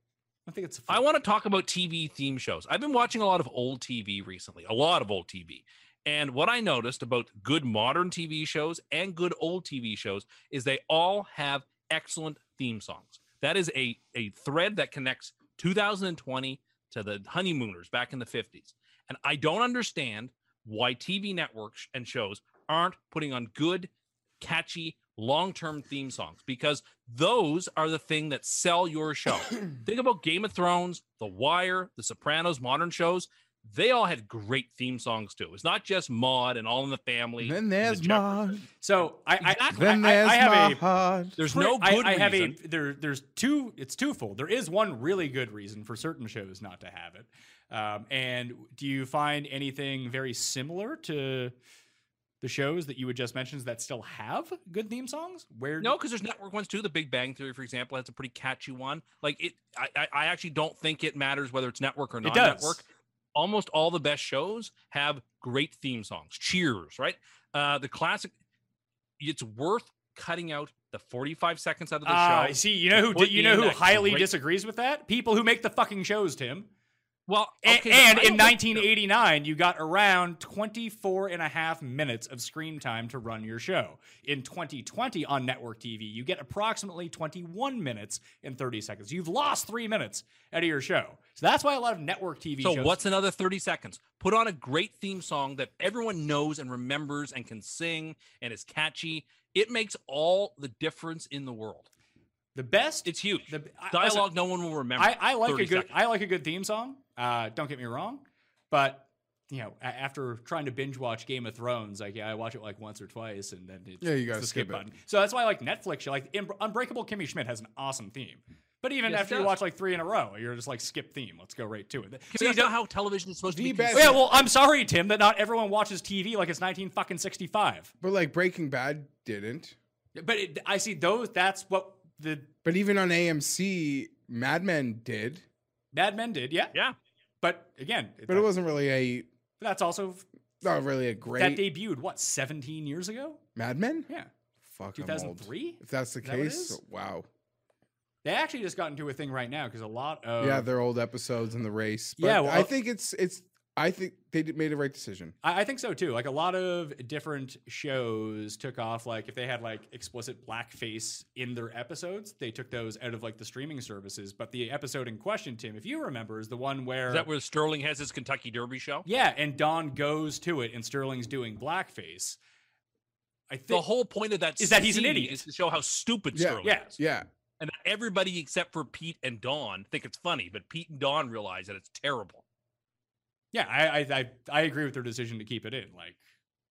D: I think it's. A fluke.
C: I want to talk about TV theme shows. I've been watching a lot of old TV recently, a lot of old TV. And what I noticed about good modern TV shows and good old TV shows is they all have excellent theme songs. That is a, a thread that connects 2020 to the honeymooners back in the 50s. And I don't understand why TV networks and shows aren't putting on good, catchy, long term theme songs because those are the thing that sell your show. Think about Game of Thrones, The Wire, The Sopranos, modern shows. They all had great theme songs too. It's not just Maude and All in the Family.
E: Then
C: and The
E: there's
C: Jeffersons.
E: Maude.
D: So I, I,
C: Exactly.
E: Then
D: I- I
E: there's
D: have
E: my
D: a-
E: heart.
C: There's
D: Pre-
C: no
D: I-
C: good
D: I, have
C: reason.
D: a there. There's two. It's twofold. There is one really good reason for certain shows not to have it. Um, and do you find anything very similar to the shows that you would just mentioned that still have good theme songs? Where
C: No, because there's network ones too. The Big Bang Theory, for example, that's a pretty catchy one. Like it, I, I, I actually don't think it matters whether it's network or
D: it
C: not
D: does.
C: network. Almost all the best shows have great theme songs. Cheers, right? Uh, the classic. It's worth cutting out the 45 seconds out of the
D: Ah,
C: show.
D: see, you know who
C: Put
D: di- you
C: in
D: know who
C: that
D: highly
C: great-
D: disagrees with that? People who make the fucking shows, Tim.
C: Well,
D: A-
C: okay, but
D: and
C: I
D: in
C: don't think-
D: 1989, you got around 24 and a half minutes of screen time to run your show. In 2020 on network TV, you get approximately 21 minutes and 30 seconds. You've lost three minutes out of your show. So that's why a lot of network TV
C: So
D: shows.
C: what's another 30 seconds? Put on a great theme song that everyone knows and remembers and can sing and is catchy. It makes all the difference in the world.
D: the best?
C: It's huge.
D: the I- listen,
C: Dialogue no one will remember.
D: I, I like a
C: 30
D: good
C: seconds.
D: I like a good theme song. Uh, don't get me wrong, but you know, a- after trying to binge watch Game of Thrones, like yeah, I watch it like once or twice, and then it's,
E: Yeah, you
D: it's
E: gotta
D: the
E: skip it.
D: button. So that's why I like Netflix. You like Im- Unbreakable Kimmy Schmidt has an awesome theme, but even
C: Yes, it
D: after you
C: does.
D: watch like three in a row, you're just like skip theme. Let's go right to it. So you
C: that's not
D: don't.
C: how television is supposed to
E: The
C: be.
E: best-
C: consumed.
D: Yeah, well, I'm sorry, Tim, that not everyone watches TV like it's 19 fucking 65.
E: But like Breaking Bad didn't.
D: But it, I see those. That's what the
E: But even on AMC, Mad Men did.
D: Mad Men did. Yeah.
C: Yeah.
D: But again,
E: But it wasn't really a
D: that's also
E: not really a
D: that
E: great
D: debuted what 17 years ago
E: Mad Men.
D: yeah
E: Fuck, I'm old.
D: 2003?
E: If that's the
D: Is that what it
E: case,
D: is?
E: wow.
D: they actually just got into a thing right now because a lot of
E: yeah, they're old episodes in the race. But
D: Oh. Yeah, well, uh,
E: I think it's it's. I think they did- made the right decision.
D: I, I think so too like a lot of different shows took off like if they had like explicit blackface in their episodes they took those out of like the streaming services but the episode in question tim if you remember is the one where
C: Is that where Sterling has his Kentucky Derby show?
D: yeah and don goes to it and sterling's doing blackface i think
C: The whole point of that
D: Is that he's an
C: scene
D: idiot.
C: is to show how stupid
E: Yeah,
C: Sterling
D: yeah.
C: is.
E: Yeah,
C: And everybody except for Pete and Don think it's funny, but Pete and Don realize that it's terrible.
D: yeah I, I i i agree with their decision to keep it in like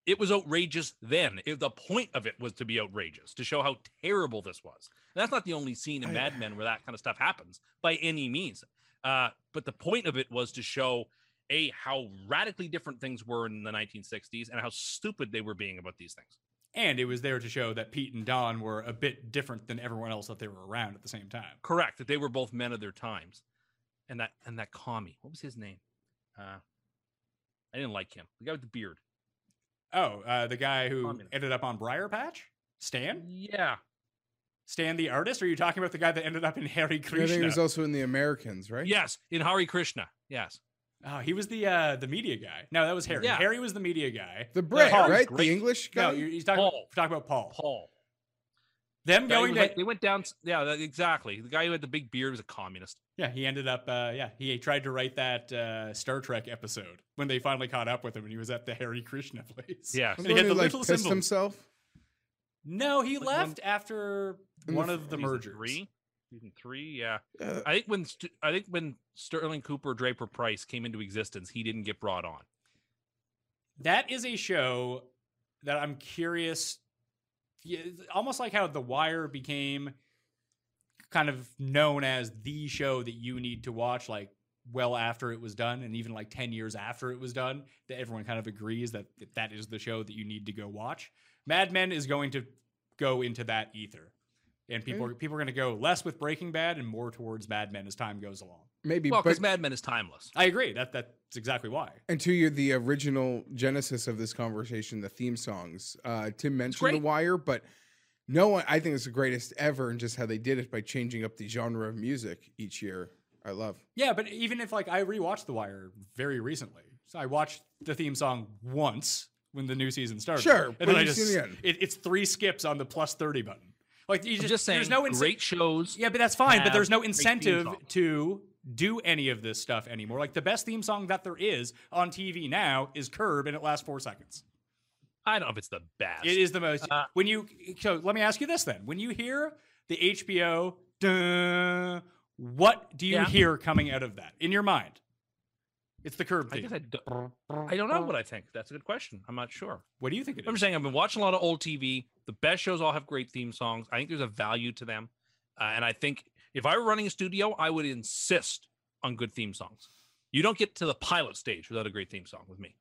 C: It was outrageous then. It- the point of it was to be outrageous, to show how terrible this was. And that's not the only scene in
E: I-
C: Mad Men where that kind of stuff happens by any means. Uh, but the point of it was to show a how radically different things were in the 1960s and how stupid they were being about these things.
D: And it was there to show that Pete and Don were a bit different than everyone else that they were around at the same time.
C: correct that they were both men of their times and that and that commie what was his name uh i didn't like him the guy with the beard
D: Oh, uh, the guy who
C: Communist.
D: ended up on Briar Patch? Stan?
C: yeah
D: Stan the artist? Or are you talking about the guy that ended up in Harry
E: I think
D: Krishna?
E: it was also in the Americans, right?
C: yes in hari krishna yes
D: oh, he was the uh, the media guy. No, that was Harry.
C: Yeah.
D: Harry was the media guy.
E: the Brit,
C: Paul was
E: right?
C: great.
E: The English guy.
D: No, you- he's talking
C: Paul.
D: about, talking about Paul.
C: paul
D: Them
C: The guy who
D: going to
C: was like- they went down s- yeah that- exactly the guy who had the big beard was a communist
D: Yeah, he ended up uh, yeah, he tried to write that uh, Star Trek episode when they finally caught up with him and he was at the Harry Krishna place.
C: yeah
E: Was
D: They
E: the
D: had
E: one who,
D: the
E: like
D: little
E: pissed
D: symbols.
E: himself.
D: No, he
C: Like one-
D: left after
E: In the
D: one of the mergers.
C: three season three yeah
E: Uh,
C: i think when St- i think when sterling cooper draper price came into existence he didn't get brought on
D: That is a show that I'm curious. yeah, it's Almost like how The Wire became kind of known as the show that you need to watch, like well after it was done, and even like 10 years after it was done, that everyone kind of agrees that that- that is the show that you need to go watch. Mad Men is going to go into that ether. And people are, people are going to go less with Breaking Bad and more towards Mad Men as time goes along.
E: maybe,
C: well
E: but
C: because mad men is timeless
D: I agree. That that's exactly why.
E: and to you, the original genesis of this conversation, the theme songs. Uh, Tim mentioned The
C: great.
E: Wire, but no one. I think it's the greatest ever, and just how they did it by changing up the genre of music each year. I love.
D: Yeah, but even if like I rewatched The Wire very recently, so I watched the theme song once when the new season started.
E: Sure,
D: and
E: but
D: then I
E: you've
D: just
E: seen it again.
D: it, it's three skips on the plus thirty button. Like you
C: I'm
D: just,
C: just saying
D: there's no ince-
C: great shows
D: Yeah, but that's fine. But
C: have
D: there's no
C: great theme
D: incentive
C: songs.
D: to do any of this stuff anymore. Like the best theme song that there is on TV now is Curb, and it lasts four seconds.
C: i don't know if it's the best
D: It is the most.
C: Uh,
D: when you so let me ask you this then: when you hear the HBO, duh, what do you
C: Yeah.
D: hear coming out of that in your mind? It's the curb
C: I
D: theme.
C: guess I don't, I don't know what I think. That's a good question. I'm not sure.
D: what do you think it
C: I'm just
D: is?
C: saying I've been watching a lot of old TV. The best shows all have great theme songs. I think there's a value to them, uh, and I think if I were running a studio, I would insist on good theme songs. You don't get to the pilot stage without a great theme song with me.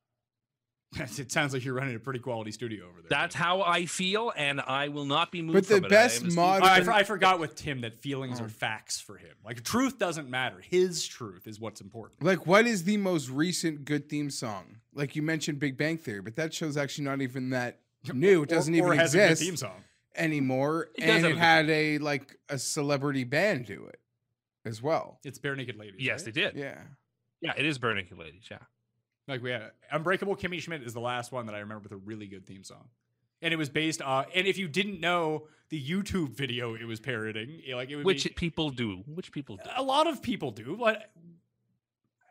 D: it sounds like you're running a pretty quality studio over there.
C: That's how I feel, and I will not be moved.
E: But the
C: from it. I Mm.
E: best
C: am a-
E: mod-
D: I, I for- I forgot with Tim that feelings are facts for him. Like truth doesn't matter. His truth is what's important.
E: Like, what is the most recent good theme song? Like you mentioned, Big Bang Theory, but that show's actually not even that new. It doesn't
D: or,
E: even
D: or has a good
E: exist
D: theme song.
E: anymore.
C: It does have
E: and
C: a
E: it
C: good-
E: had a like a celebrity band do it as well.
D: It's bare naked ladies.
C: Yes, they
D: right?
C: did. Yeah,
E: Yeah.
C: it is Bare Naked Ladies. Yeah,
D: Like we had Unbreakable Kimmy Schmidt is the last one that I remember with a really good theme song. And it was based on and if you didn't know the YouTube video it was parroting, it- like it would
C: which
D: be,
C: people do. Which people do.
D: a lot of people do, but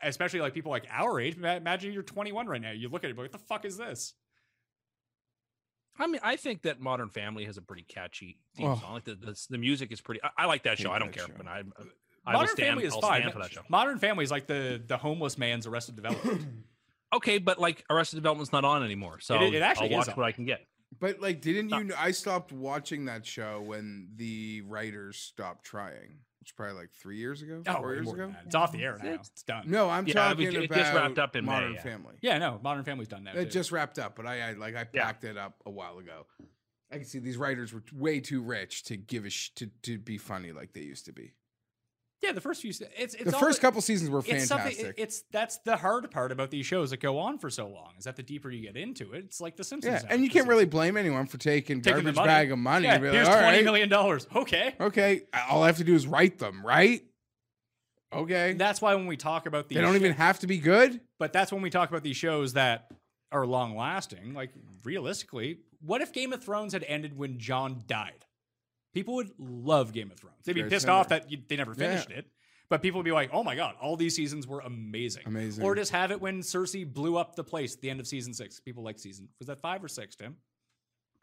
D: especially like people like our age. Ma- Imagine you're 21 right now. You look at it, but what the fuck is this?
C: I mean, I think that Modern Family has a pretty catchy theme
E: Oh.
C: song. Like the, the the music is pretty. I, I like that show. I
E: Hate
C: don't
E: that
C: care,
E: show.
C: but I I will stand. I'll stand for that show.
D: Modern Family is like the the homeless man's Arrested Development.
C: Okay, but like Arrested Development's not on anymore, so
D: it actually
C: I'll
D: is
C: watch
D: on.
C: what I can get.
E: But like, didn't
C: Stop.
E: you? Know, I stopped watching that show when the writers stopped trying. It's probably like three years ago,
D: oh,
E: four
D: way
E: years
D: more than
E: ago.
D: that. it's off the air now. It's done.
E: No, I'm
C: Yeah, it
E: talking
C: was-
E: about
C: it just wrapped up in May,
E: Modern
C: yeah.
E: Family.
D: Yeah, no, Modern Family's done now.
E: It
D: too.
E: just wrapped up, but I, I like I
C: Yeah.
E: packed it up a while ago. I can see these writers were way too rich to give a sh- to to be funny like they used to be.
D: yeah, the first few. se- It's, it's
E: the
D: all
E: first
D: the-
E: couple seasons were
D: It's something.
E: fantastic.
D: it- It's that's the hard part about these shows that go on for so long. Is that the deeper you get into it, it's like The Simpsons.
E: yeah,
D: now,
E: and you
D: The
E: can't really
D: Simpsons.
E: blame anyone for taking,
D: Taking the
E: garbage
D: money.
E: bag of money.
D: Yeah,
E: and be like,
D: here's
E: "All
D: twenty million
E: right,
D: dollars. Okay.
E: Okay, I- all I have to do is write them, right? Okay,
D: And that's why when we talk about these,
E: they don't even
D: sho-
E: have to be good.
D: But that's when we talk about these shows that are long lasting. Like realistically, what if Game of Thrones had ended when John died? People would love Game of Thrones. They'd be
E: Very
D: pissed
E: similar.
D: off that you, they never
E: Yeah.
D: finished it. But people would be like, "Oh my god, all these seasons were amazing."
E: Amazing.
D: Or just have it when Cersei blew up the place at the end of season six. People like season was that five or six, Tim?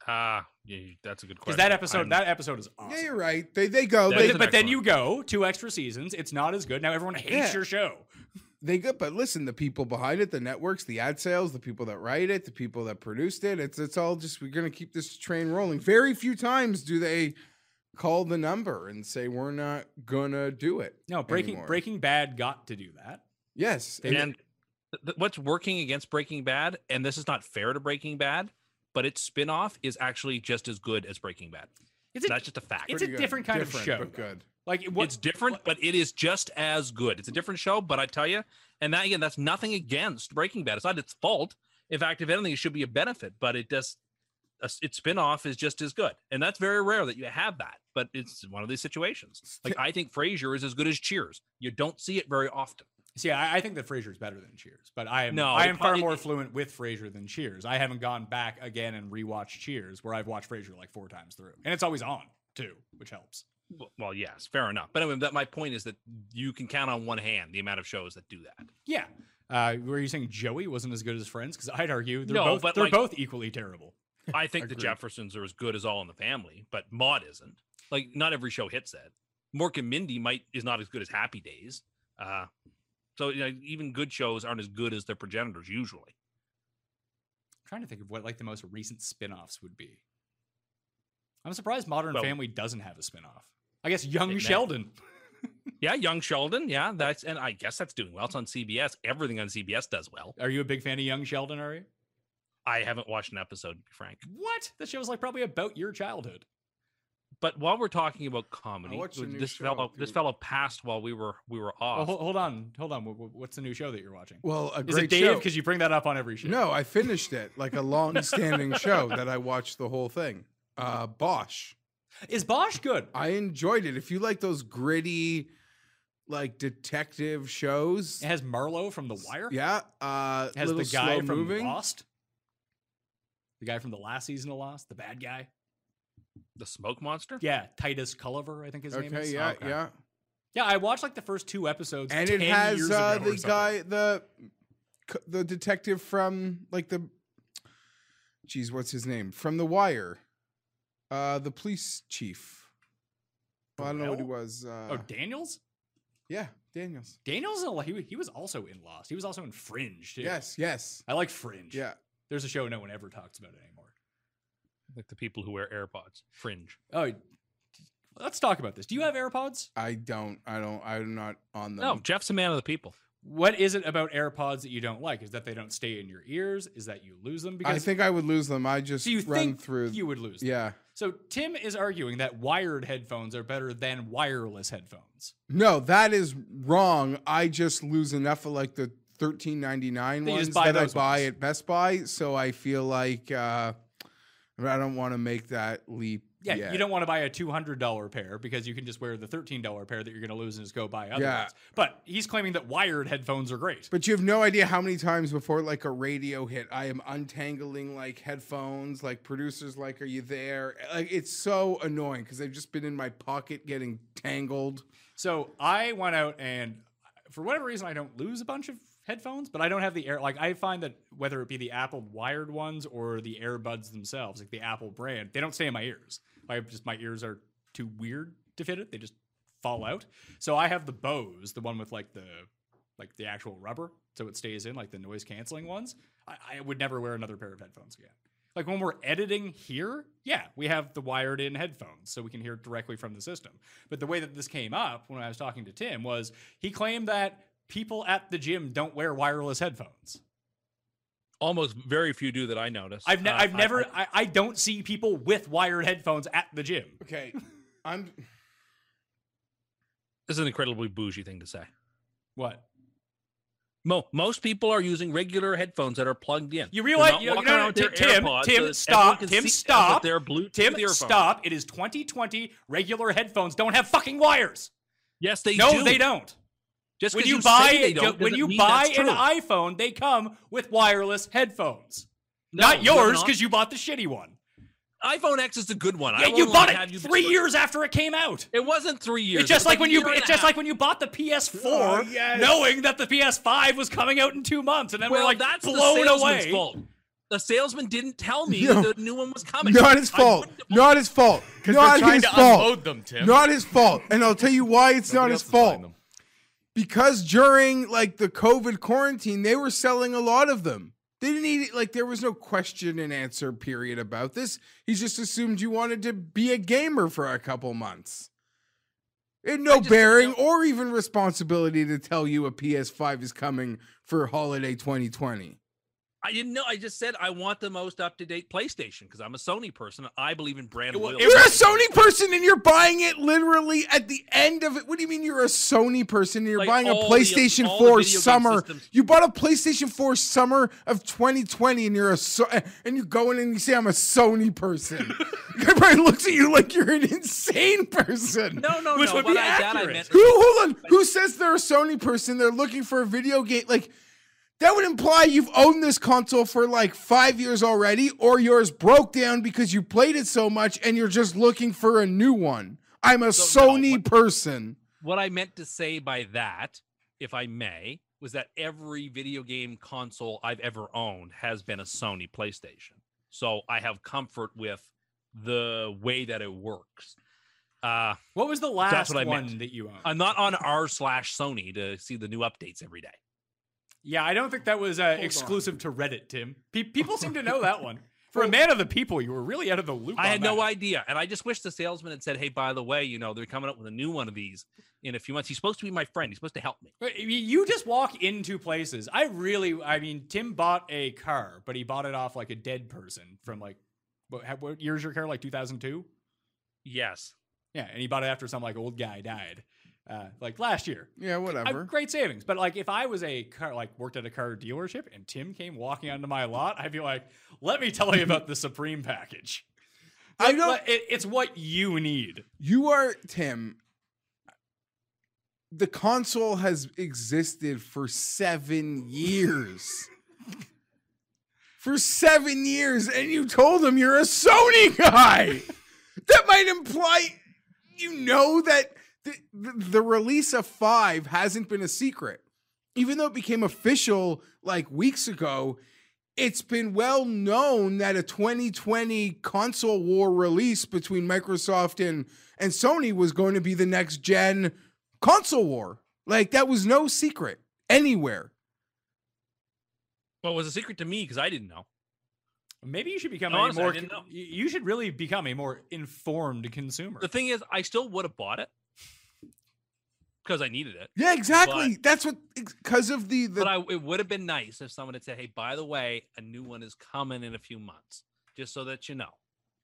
C: Ah, yeah, you- that's a good
D: Because
C: question.
D: that episode,
C: I'm-
D: that episode is awesome.
E: Yeah, you're right. They they go.
C: That is
D: But,
E: They,
D: th-
C: an
D: but then
C: excellent-
D: you go two extra seasons. It's not as good. Now everyone hates
E: Yeah.
D: your show.
E: they go. But listen, the people behind it, the networks, the ad sales, the people that write it, the people that produced it. It's it's all just we're gonna keep this train rolling. Very few times do they call the number and say we're not gonna do it.
D: No, Breaking
E: anymore."
D: Breaking Bad got to do that.
E: Yes,
D: They-
C: and th- th- what's working against Breaking Bad, and this is not fair to Breaking Bad, but its spin-off is actually just as good as Breaking Bad.
D: It's a,
C: That's just a fact.
D: it's a
E: Pretty good.
D: different kind of
E: Different,
D: show.
E: but good.
D: Like what,
C: it's different, but it is just as good. It's a different show, but I tell you, and that again, that's nothing against Breaking Bad. It's not its fault. In fact, if anything, it should be a benefit. But it does, a s- its spinoff is just as good, and that's very rare that you have that. But it's one of these situations. Like I think Frasier is as good as Cheers. You don't see it very often.
D: See, I, I think that Frasier's better than Cheers, but I am
C: No,
D: I
C: it
D: am far
C: probably-
D: more fluent with Frasier than Cheers. I haven't gone back again and rewatched Cheers, where I've watched Frasier like four times through, and it's always on too, which helps.
C: W- Well, yes, fair enough. But anyway, that my point is that you can count on one hand the amount of shows that do that.
D: Yeah. Uh, were you saying Joey wasn't as good as Friends? Because I'd argue they're
C: No,
D: both
C: but,
D: they're
C: like-
D: both equally terrible.
C: I think the
E: Agreed.
C: Jeffersons are as good as All in the Family, but Maud isn't. Like, not every show hits that. Mork and Mindy might is not as good as Happy Days. Uh, so you know, even good shows aren't as good as their progenitors usually.
D: I'm trying to think of what like the most recent spin-offs would be. I'm surprised Modern
C: Well-
D: Family doesn't have a spin-off. I guess Young
C: It may.
D: Sheldon.
C: Yeah, Young Sheldon. Yeah, that's and I guess that's doing well. It's on CBS. Everything on CBS does well.
D: Are you a big fan of Young Sheldon, are you?
C: I haven't watched an episode, to be frank.
D: What? That show's like probably about your childhood.
C: But while we're talking about comedy,
E: watched a
C: th-
E: new
C: this
E: show,
C: fellow this
E: dude.
C: fellow passed while we were we were
D: Oh,
C: off.
D: hol- hold on, hold on. Wh- wh- What's the new show that you're watching?
E: Well, a
D: Is
E: great
D: it Dave?
E: show.
D: Because you bring that up on every show.
E: No, I finished it like a long-standing show that I watched the whole thing. Uh, Bosch.
D: Is Bosch good?
E: I enjoyed it. If you like those gritty, like detective shows,
D: It has Marlowe from The Wire.
E: yeah, uh,
D: It has
E: little
D: the guy
E: slow
D: from
E: moving.
D: Lost. The guy from the last season of Lost, the bad guy.
C: the Smoke Monster.
D: Yeah, Titus Culliver, I think his name
E: okay,
D: is. Oh,
E: yeah,
D: Okay.
E: yeah,
D: Yeah, I watched like the first two episodes.
E: and it
D: 10
E: has
D: years
E: uh,
D: ago or
E: the
D: something.
E: guy, the c- the detective from like the, geez, what's his name from The Wire, uh, the police chief. Well, I don't know what he
D: Burrell?
E: was. Uh,
D: Oh, Daniels.
E: yeah, Daniels.
D: Daniels. is a- He he was also in Lost. He was also in Fringe too.
E: Yes, yes,
D: I like Fringe.
E: yeah.
D: There's a show no one ever talks about anymore.
C: Like the people who wear AirPods, fringe.
D: Oh, let's talk about this. Do you have AirPods?
E: I don't. I don't. I'm not on them.
C: No, Jeff's a man of the people.
D: What is it about AirPods that you don't like? Is that they don't stay in your ears? Is that you lose them?
E: I think I would lose them. I just
D: so you
E: run
D: think
E: through.
D: you would lose. them.
E: yeah.
D: So Tim is arguing that wired headphones are better than wireless headphones.
E: No, that is wrong. I just lose enough of like the thirteen ninety nine
D: Then you
E: ones
D: just buy
E: that I
D: those
E: buy
D: ones.
E: at Best Buy, so I feel like uh, I don't want to make that leap.
D: Yeah,
E: yet.
D: you don't want to buy a two hundred dollar pair because you can just wear the thirteen dollar pair that you're going to lose and just go buy other
E: Yeah.
D: ones. But he's claiming that wired headphones are great.
E: But you have no idea how many times before like a radio hit, I am untangling like headphones, like producers, like, are you there? Like, it's so annoying because they've just been in my pocket getting tangled.
D: So I went out and for whatever reason I don't lose a bunch of headphones, but I don't have the air like I find that whether it be the Apple wired ones or the earbuds themselves, like the Apple brand, they don't stay in my ears. I just my ears are too weird to fit it. They just fall out. So I have the Bose, the one with like the like the actual rubber, so it stays in, like the noise canceling ones. I, I would never wear another pair of headphones again. Like when we're editing here, yeah, we have the wired in headphones so we can hear directly from the system. But the way that this came up when I was talking to Tim was he claimed that people at the gym don't wear wireless headphones.
C: Almost very few do that I noticed.
D: I've, ne-
C: Uh,
D: I've
C: I-
D: never,
C: I-
D: I, I don't see people with wired headphones at the gym.
E: Okay. I'm
C: this is an incredibly bougie thing to say.
D: What?
C: Mo- most people are using regular headphones that are plugged in.
D: You
C: They're
D: realize-
C: not
D: you- you
C: walking
D: know,
C: around with
D: Tim-
C: their
D: Tim,
C: AirPods
D: Tim,
C: so that
D: stop,
C: everyone can
D: Tim,
C: see with
D: stop.
C: Their Bluetooth
D: Tim,
C: earphones.
D: stop. It is 2020. Regular headphones don't have fucking wires.
C: Yes, they
D: no,
C: do.
D: they don't.
C: Just
D: when
C: 'cause
D: you,
C: you say
D: buy
C: they
D: a-
C: don't
D: when
C: doesn't
D: you
C: mean
D: buy
C: that's
D: an
C: true.
D: iPhone, they come with wireless headphones.
C: No,
D: not
C: they're
D: yours
C: not.
D: because you bought the shitty one.
C: iPhone X is a good one. I
D: Yeah, you
C: won't
D: bought
C: lie, have
D: it
C: you been-
D: three years after it came out.
C: It wasn't three years.
D: It's just
C: It was
D: like when
C: a
D: you
C: year and
D: it's
C: a
D: just
C: half.
D: like when you bought the PS4,
E: Oh, yes.
D: knowing that the PS5 was coming out in two months, and then we're
C: well,
D: like
C: that's
D: blown
C: the salesman's
D: away.
C: fault. The salesman didn't tell me
E: No.
C: that the new one was coming.
E: not his
C: I
E: fault.
C: wouldn't have
E: Not his fault.
F: They're
E: Not
F: trying
E: his
F: to
E: fault.
F: unload them, Tim.
E: Not his fault. And I'll tell you why it's not
F: Nobody
E: his
F: else is buying
E: fault.
F: them.
E: because during like the COVID quarantine, they were selling a lot of them. They didn't need like there was no question and answer period about this. He just assumed you wanted to be a gamer for a couple months. It had no
C: just-
E: bearing or even responsibility to tell you a PS5 is coming for holiday 2020.
C: I didn't know. I just said I want the most up to date PlayStation because I'm a Sony person. I believe in brand
D: It wa-
C: loyalty.
D: it
E: You're a Sony person and you're buying it literally at the end of it. What do you mean you're a Sony person and you're
C: Like
E: buying a
C: all the-
E: PlayStation
C: all the
E: 4
C: video game
E: summer?
C: systems.
E: You bought a PlayStation 4 summer of 2020 and you're a so- and you go in and you say I'm a Sony person. Everybody looks at you like you're an insane person.
C: No, no,
D: Which
C: no.
D: would
C: what
D: be
C: I, that I
D: accurate.
C: meant.
E: Who hold on? Who says they're a Sony person? They're looking for a video game like that would imply you've owned this console for like five years already, or yours broke down because you played it so much and you're just looking for a new one. I'm a
C: So, no,
E: Sony
C: what-
E: person.
C: What I meant to say by that, if I may, was that every video game console I've ever owned has been a Sony PlayStation. So I have comfort with the way that it works. Uh,
D: What was the last
C: what I
D: one
C: meant. Uh,
D: that you owned?
C: I'm not on r slash Sony to see the new updates every day.
D: yeah, I don't think that was uh,
E: on.
D: exclusive to Reddit, Tim. Pe- people seem to know that one. For a man of the people, you were really out of the loop.
C: I
D: on
C: had no
D: that.
C: idea. And I just wish the salesman had said, hey, by the way, you know, they're coming up with a new one of these in a few months. He's supposed to be my friend. He's supposed to help me.
D: But y- You just walk into places. I really, I mean, Tim bought a car, but he bought it off like a dead person from like, what, how- what year's your car? Like 2002?
C: Yes.
D: Yeah, and he bought it after some like old guy died, uh, like last year.
E: Yeah,
D: I-
E: whatever.
D: great savings. But like if I was a car, like worked at a car dealership and Tim came walking onto my lot, I'd be like, let me tell you about the Supreme package.
E: I
D: Like,
E: don't-
D: like, it- it's what you need.
E: You are Tim. The console has existed for seven years. for seven years, and you told him you're a Sony guy. that might imply you know that the, the, the release of five hasn't been a secret, even though it became official like weeks ago. It's been well known that a 2020 console war release between Microsoft and and Sony was going to be the next gen console war. Like that was no secret anywhere.
C: Well, it was a secret to me because I didn't know.
D: Maybe you should become
C: Honestly,
D: a
C: I
D: more.
C: didn't know.
D: y- You should really become a more informed consumer.
C: The thing is, I still would have bought it. because I needed it.
E: Yeah, exactly. That's what because of the the
C: But I, it would have been nice if someone had said, "Hey, by the way, a new one is coming in a few months," just so that you know.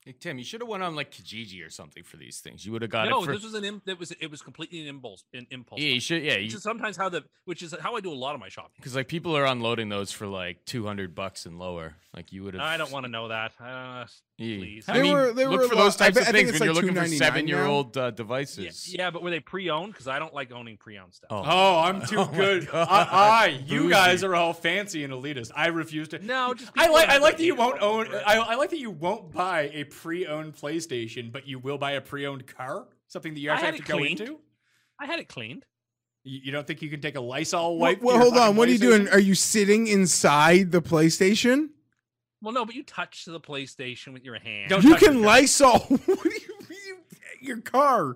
F: Hey, Tim, you should have went on like Kijiji or something for these things. You would have got
C: no,
F: it for.
C: this was an im- it was it was completely an impulse, an impulse.
F: yeah, you
C: buy,
F: should. Yeah,
C: Which
F: you
C: is sometimes how the which is how I do a lot of my shopping.
F: because like people are unloading those for like two hundred bucks and lower. Like you would have.
C: I don't want to know that. Uh,
F: Yeah.
C: please.
F: I
E: They
F: mean,
E: were- they
F: look
E: were
F: for
E: a lot-
F: those
E: I
F: types
E: bet-
F: of
E: I think
F: things
E: it's
F: when you're
E: like
F: looking for
E: $2.99 now.
F: seven-year-old uh,
C: yeah,
F: devices.
C: yeah, but were they pre-owned? Because I don't like owning pre-owned stuff.
F: Oh.
D: Oh, I'm too
F: Oh my
D: good.
F: God.
D: I, I, you
F: Bougie.
D: guys are all fancy and elitist. I refuse to.
C: No, just
D: I
C: people
D: like. I
C: have
D: like
C: their
D: that you
C: hands
D: won't
C: all
D: own.
C: over it.
D: I, I like that you won't buy a pre-owned PlayStation, but you will buy a pre-owned car. Something that you
C: I
D: actually
C: had
D: have to
C: it
D: go
C: cleaned.
D: into.
C: I had it cleaned.
D: You, you don't think you can take a Lysol
E: Well,
D: wipe? to
E: well,
D: your
E: hold
D: fucking
E: on. What are you doing?
D: PlayStation?
E: Are you sitting inside the PlayStation?
C: Well, no, but you touch the PlayStation with your hand.
D: Don't
E: you
D: touch
E: can
D: your car.
E: Lysol. what do you mean? Your car.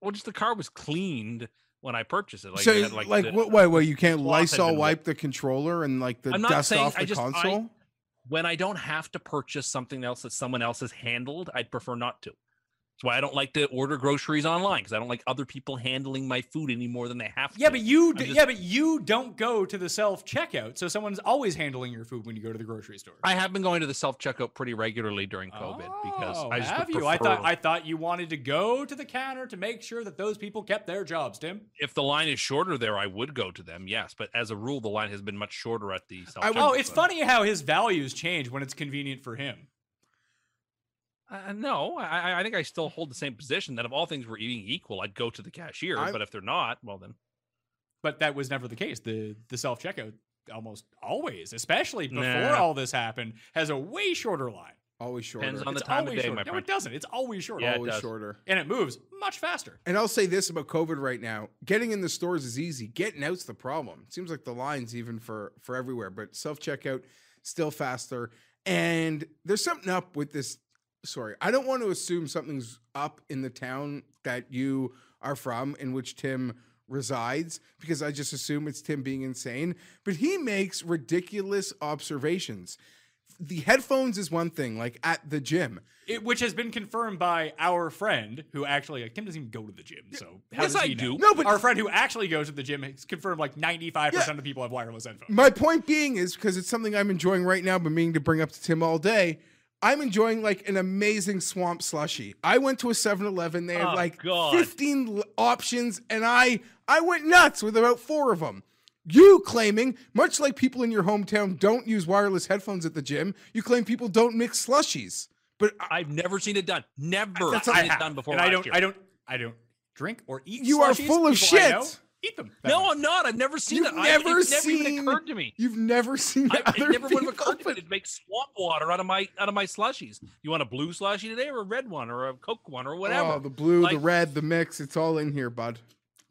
C: Well, just the car was cleaned when I purchased it. Like,
E: so,
C: it had,
E: like,
C: like, the-
E: what? Wait, wait. You can't
C: cloth had
E: Lysol
C: been wet.
E: wipe the controller and like the
C: I'm not
E: dust
C: saying-
E: off the
C: I just- I-
E: console.
C: when I don't have to purchase something else that someone else has handled, I'd prefer not to. That's why I don't like to order groceries online because I don't like other people handling my food any more than they have to.
D: Yeah, but you. d-
C: just-
D: yeah, but you don't go to the self checkout, so someone's always handling your food when you go to the grocery store.
C: I have been going to the self checkout pretty regularly during COVID because
D: Oh,
C: I just would
D: have you. I thought
C: prefer-
D: I thought you wanted to go to the counter to make sure that those people kept their jobs, Tim.
C: if the line is shorter there, I would go to them. Yes, but as a rule, the line has been much shorter at the self.
D: Oh, it's funny how his values change when it's convenient for him.
C: Uh, no, I, I- I think I still hold the same position that if all things were eating equal, I'd go to the cashier.
E: I'm-
C: But if they're not, well then.
D: But that was never the case. The the self checkout almost always, especially before
C: Nah.
D: all this happened, has a way shorter line.
E: Always shorter.
C: Depends on the
D: It's
C: time of
D: always
C: day,
D: shorter.
C: my
D: no,
C: friend.
D: it doesn't. It's always shorter.
C: Yeah, it
E: Always
C: does.
E: shorter.
D: And it moves much faster.
E: And I'll say this about COVID right now: getting in the stores is easy. Getting out's the problem. It seems like the lines even for for everywhere, but self checkout still faster. And there's something up with this. Sorry, I don't want to assume something's up in the town that you are from, in which Tim resides, because I just assume it's Tim being insane. But he makes ridiculous observations. The headphones is one thing, like at the gym.
D: It, which has been confirmed by our friend who actually like Tim doesn't even go to the gym. So how
C: Yes,
D: does he
C: I
D: know?
C: do.
E: No, but-
D: our friend who actually goes to the gym has confirmed like ninety five percent of people have wireless headphones.
E: My point being is because it's something I'm enjoying right now, but meaning to bring up to Tim all day. I'm enjoying like an amazing swamp slushy. I went to a 7-Eleven. They had
C: Oh,
E: like
C: God.
E: 15 l- options, and I I went nuts with about four of them. You claiming, much like people in your hometown don't use wireless headphones at the gym, you claim people don't mix slushies. But I-
C: I've never seen it done. Never
D: That's
C: seen
D: I
C: it
D: have,
C: done before.
D: And I
C: last
D: don't.
C: year.
D: I don't. I don't drink or eat.
E: You are
D: slushies.
E: full of
D: People I know
E: shit.
D: eat them. that
C: No,
D: way.
C: I'm not. I've never seen
E: You've
C: it. I-
E: never
C: it's never
E: seen-
C: even occurred to me.
E: you've never seen
C: I, it
E: other
C: never would have
E: people-
C: occurred to me to make swamp water out of my out of my slushies. You want a blue slushie today, or a red one, or a Coke one, or whatever?
E: Oh, the blue, the
C: Like-
E: red, the mix, it's all in here, bud.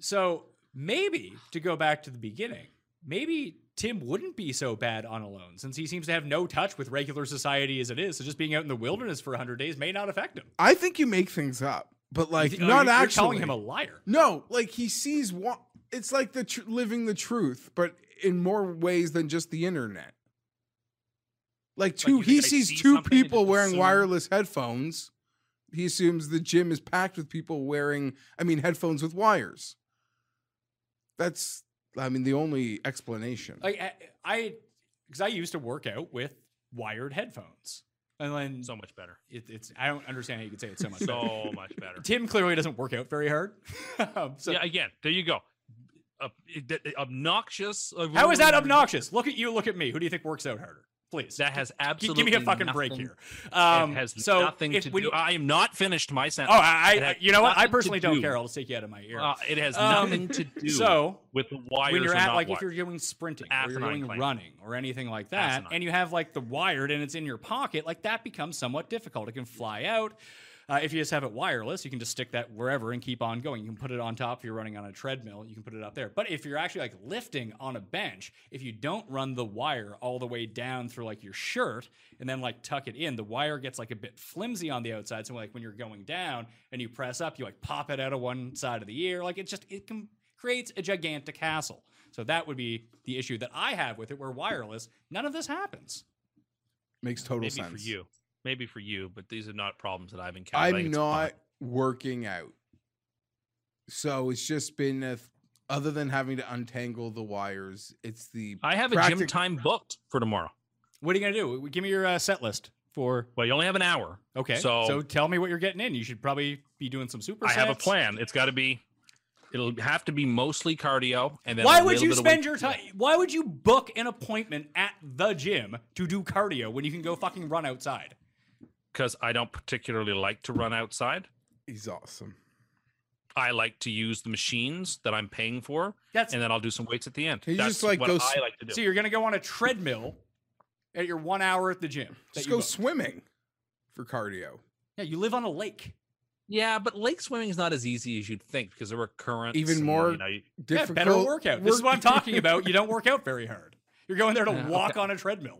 D: So maybe to go back to the beginning, maybe Tim wouldn't be so bad on alone since he seems to have no touch with regular society as it is. So just being out in the wilderness for 100 days may not affect him.
E: I think you make things up, but like
D: You- uh,
E: not
C: oh,
D: you're,
E: actually.
D: You're calling him a liar.
E: No, like he sees what it's like the tr- living the truth, but in more ways than just the internet. Like two,
C: you
E: he
C: think I
E: sees
C: see
E: two
C: something and
E: people
C: just
E: wearing
C: assume-
E: wireless headphones. He assumes the gym is packed with people wearing, I mean, headphones with wires. That's, I mean, the only explanation.
D: Like I- I, because I used to work out with wired headphones, and then
C: so much better.
D: it, it's I don't understand how you could say it so much. better.
C: So much better.
D: Tim clearly doesn't work out very hard. Um, so
C: yeah. Again, there you go. Ob- it- it- obnoxious. uh,
D: How is that obnoxious? Look at you, look at me. Who do you think works out harder? Please.
C: That has
D: G-
C: absolutely
D: give me a fucking break
C: nothing-
D: here. Um,
C: it has
D: so
C: nothing
D: if-
C: to
D: when
C: do.
D: you-
C: I am not finished my
D: oh,
C: sentence.
D: I,
C: It
D: I
C: has
D: you know what? I
C: nothing to
D: personally don't
C: do.
D: care. I'll just take you out of my ear.
C: Uh, it has
D: Um,
C: nothing to do
D: so,
C: with the wires.
D: when you're
C: or
D: at
C: not
D: like
C: wired.
D: if you're doing sprinting or you're
C: Asinine
D: doing
C: claim.
D: running or anything like that,
C: Asinine.
D: and you have like the wired and it's in your pocket, like that becomes somewhat difficult. It can fly out. Uh, if you just have it wireless, you can just stick that wherever and keep on going. You can put it on top if you're running on a treadmill. You can put it up there. But if you're actually like lifting on a bench, if you don't run the wire all the way down through like your shirt and then like tuck it in, the wire gets like a bit flimsy on the outside. So like when you're going down and you press up, you like pop it out of one side of the ear. Like it just it can creates a gigantic hassle. So that would be the issue that I have with it. Where wireless, none of this happens.
E: Makes total
C: maybe
E: sense.
C: for you, maybe for you, but these are not problems that I've encountered. I
E: I'm
C: think it's fine.
E: not working out. So it's just been a th- other than having to untangle the wires, it's the
C: I have a gym
E: Practic-
C: time booked for tomorrow.
D: What are you gonna do? Give me your uh, set list for.
C: Well, you only have an hour.
D: Okay.
C: So-
D: tell me what you're getting in. You should probably be doing some super.
C: I have a plan. It's got to be. It'll have to be mostly cardio, and then
D: Why
C: a
D: would
C: little
D: you
C: bit of
D: spend
C: weight-
D: your time? Why would you book an appointment at the gym to do cardio when you can go fucking run outside?
C: Because I don't particularly like to run outside.
E: he's awesome.
C: I like to use the machines that I'm paying for,
D: That's
C: and then I'll do some weights at the end.
E: Can you
C: That's
E: just, like,
C: what
E: go
C: I
E: s-
C: like to do.
D: so you're gonna go on a treadmill at your one hour at the gym. that
E: Just
D: you
E: go
D: booked.
E: swimming for cardio.
D: yeah, you live on a lake.
C: yeah, but lake swimming is not as easy as you'd think because there were currents.
E: Even
C: and,
E: more
C: you know, you-
D: Yeah,
E: Difficult
D: better workout. This is
E: work-
D: what I'm talking about. You don't work out very hard. You're going there to walk on a treadmill.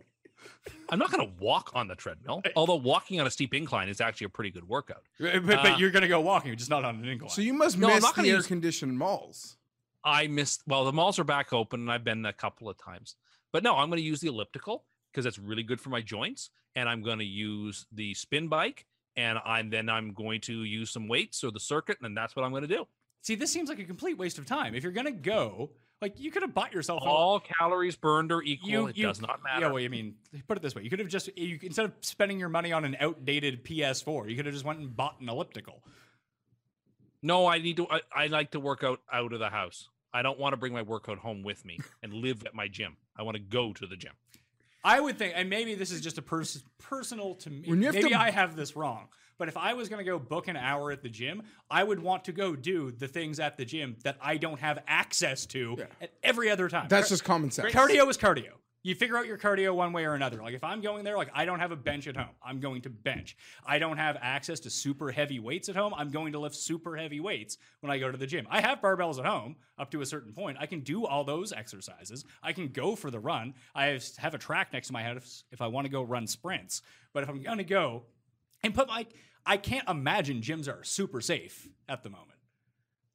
C: I'm not going to walk on the treadmill, although walking on a steep incline is actually a pretty good workout.
D: But, but
C: Uh,
D: you're gonna go walking, just not on an incline.
E: So you must
C: No, I'm
E: miss
C: not gonna
E: the air
C: use-
E: conditioned malls.
C: I missed. Well, the malls are back open, and I've been a couple of times. But no, I'm going to use the elliptical because that's really good for my joints, and I'm going to use the spin bike, and I'm then I'm going to use some weights or the circuit, and that's what I'm going to do.
D: See, this seems like a complete waste of time. If you're gonna go, like you could have bought yourself a-
C: All calories burned are equal.
D: Uh-huh. You,
C: it
D: you-
C: does not
D: Yeah,
C: matter.
D: well, I mean, put it this way: you could have just you, instead of spending your money on an outdated PS4, you could have just went and bought an elliptical.
C: no, I need to. I, I like to work out out of the house. I don't want to bring my workout home with me and live at my gym. I want to go to the gym.
D: I would think, and maybe this is just a pers- personal to me.
E: When you have
D: maybe
E: to-
D: I have this wrong, but if I was going to go book an hour at the gym, I would want to go do the things at the gym that I don't have access to at every other time.
E: That's
D: Car-
E: just common sense.
D: cardio is cardio. You figure out your cardio one way or another. Like if I'm going there, like I don't have a bench at home, I'm going to bench. I don't have access to super heavy weights at home, I'm going to lift super heavy weights when I go to the gym. I have barbells at home up to a certain point. I can do all those exercises. I can go for the run. I have, have a track next to my house if I want to go run sprints. But if I'm going to go and put my I can't imagine gyms are super safe at the moment.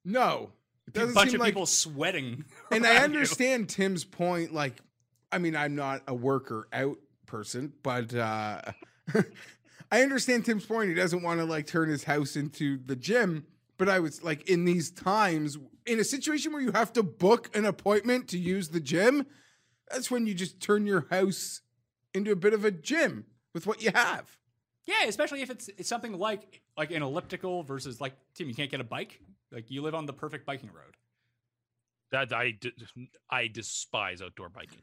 E: No, it
D: A
E: doesn't
D: bunch
E: seem
D: of
E: like.
D: people sweating.
E: And I
D: around you.
E: understand Tim's point. Like, I mean, I'm not a worker out person, but uh, I understand Tim's point. He doesn't want to like turn his house into the gym. But I was like, in these times, in a situation where you have to book an appointment to use the gym, that's when you just turn your house into a bit of a gym with what you have.
D: Yeah, especially if it's, it's something like like an elliptical versus like Tim, you can't get a bike. Like you live on the perfect biking road.
C: That I d- I despise outdoor biking.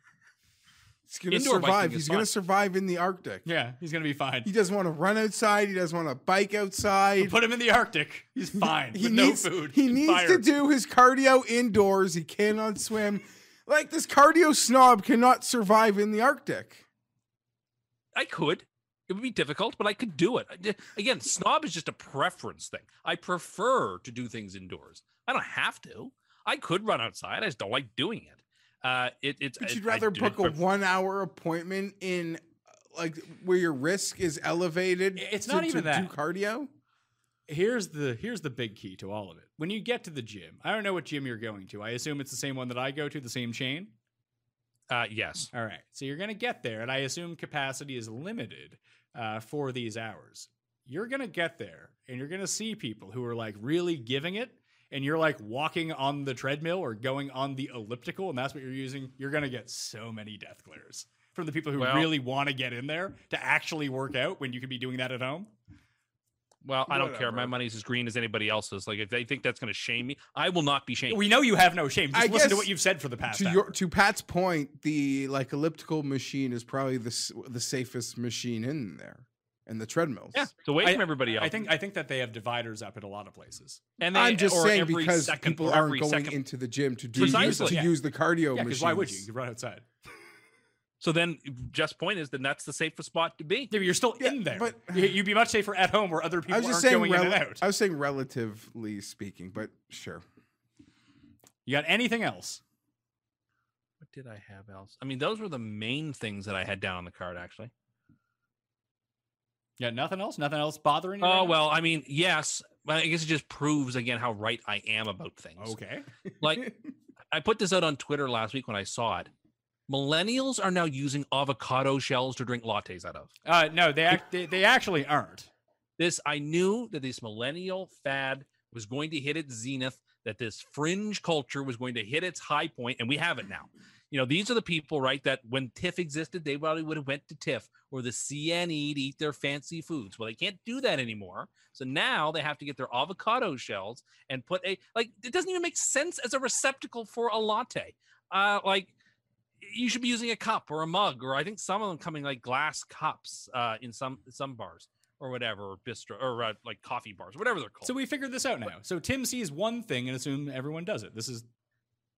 E: He's gonna
C: Indoor biking
E: survive.
C: is
E: He's gonna
C: fine.
E: survive in the Arctic.
D: Yeah, he's gonna be fine.
E: He doesn't want to run outside. He doesn't want to bike outside.
D: Put him in the Arctic. He's fine.
E: He
D: with
E: needs
D: no food.
E: He
D: and
E: needs
D: fire.
E: to do his cardio indoors. He cannot swim. Like this cardio snob cannot survive in the Arctic.
C: I could. It would be difficult, but I could do it. I di- Again, snob is just a preference thing. I prefer to do things indoors. I don't have to. I could run outside. I just don't like doing it. Uh, it it's.
E: But
C: I-
E: you'd
C: I
E: rather
C: do it
E: book a
C: for-
E: one-hour appointment in, uh, like, where your risk is elevated.
D: It's
E: to-
D: not
E: to
D: even that.
E: do cardio.
D: Here's the here's the big key to all of it. When you get to the gym, I don't know what gym you're going to. I assume it's the same one that I go to, the same chain.
C: Uh, yes.
D: All right. So you're going to get there, and I assume capacity is limited uh, for these hours. You're going to get there, and you're going to see people who are like really giving it, and you're like walking on the treadmill or going on the elliptical, and that's what you're using. You're going to get so many death glares from the people who
C: Well-
D: really want to get in there to actually work out when you could be doing that at home.
C: Well, I don't care. My
E: Whatever.
C: money's as green as anybody else's. Like if they think that's going to shame me, I will not be shamed.
D: We know you have no shame. Just
E: I
D: listen to
E: guess
D: what you've said for the past
E: To
D: hour.
E: your to Pat's point, the like elliptical machine is probably the s- the safest machine in there, and the treadmills.
C: yeah. It's away
D: I-
C: from everybody else.
D: I think I think that they have dividers up at a lot of places.
C: And
E: I'm just
C: or
E: saying
C: every
E: because
C: second-
E: people
C: or
E: aren't
C: every
E: going
C: second-
E: into the gym to do
C: Precisely.
E: to
D: Yeah.
E: use the cardio
D: Yeah,
E: Oh, machines.
D: because why would you? You could run outside.
C: So then, just point is then that's the safest spot to be.
D: Yeah, but you're still
E: Yeah,
D: in there.
E: but-
D: You- you'd be much safer at home where other people
E: I was
D: aren't
E: just saying.
D: going in
E: rel-
D: and out.
E: I was saying relatively speaking, but sure.
D: You got anything else?
C: What did I have else? I mean, those were the main things that I had down on the card actually.
D: You got nothing else? Nothing else bothering you? right
C: Oh
D: now?
C: well, I mean, yes, but I guess it just proves again how right I am about things.
D: Okay.
C: Like I put this out on Twitter last week when I saw it. Millennials are now using avocado shells to drink lattes out of.
D: Uh, no, they, act, they they actually aren't.
C: This I knew that this millennial fad was going to hit its zenith that this fringe culture was going to hit its high point, and we have it now. You know, these are the people, right? That when TIFF existed, they probably would have went to TIFF or the CNE to eat their fancy foods. Well, they can't do that anymore. So now they have to get their avocado shells and put a like. It doesn't even make sense as a receptacle for a latte. Uh, like you should be using a cup or a mug, or I think some of them coming like glass cups uh, in some some bars or whatever, or bistro or uh, like coffee bars, whatever they're called.
D: So we figured this out now. So Tim sees one thing and assume everyone does it. This is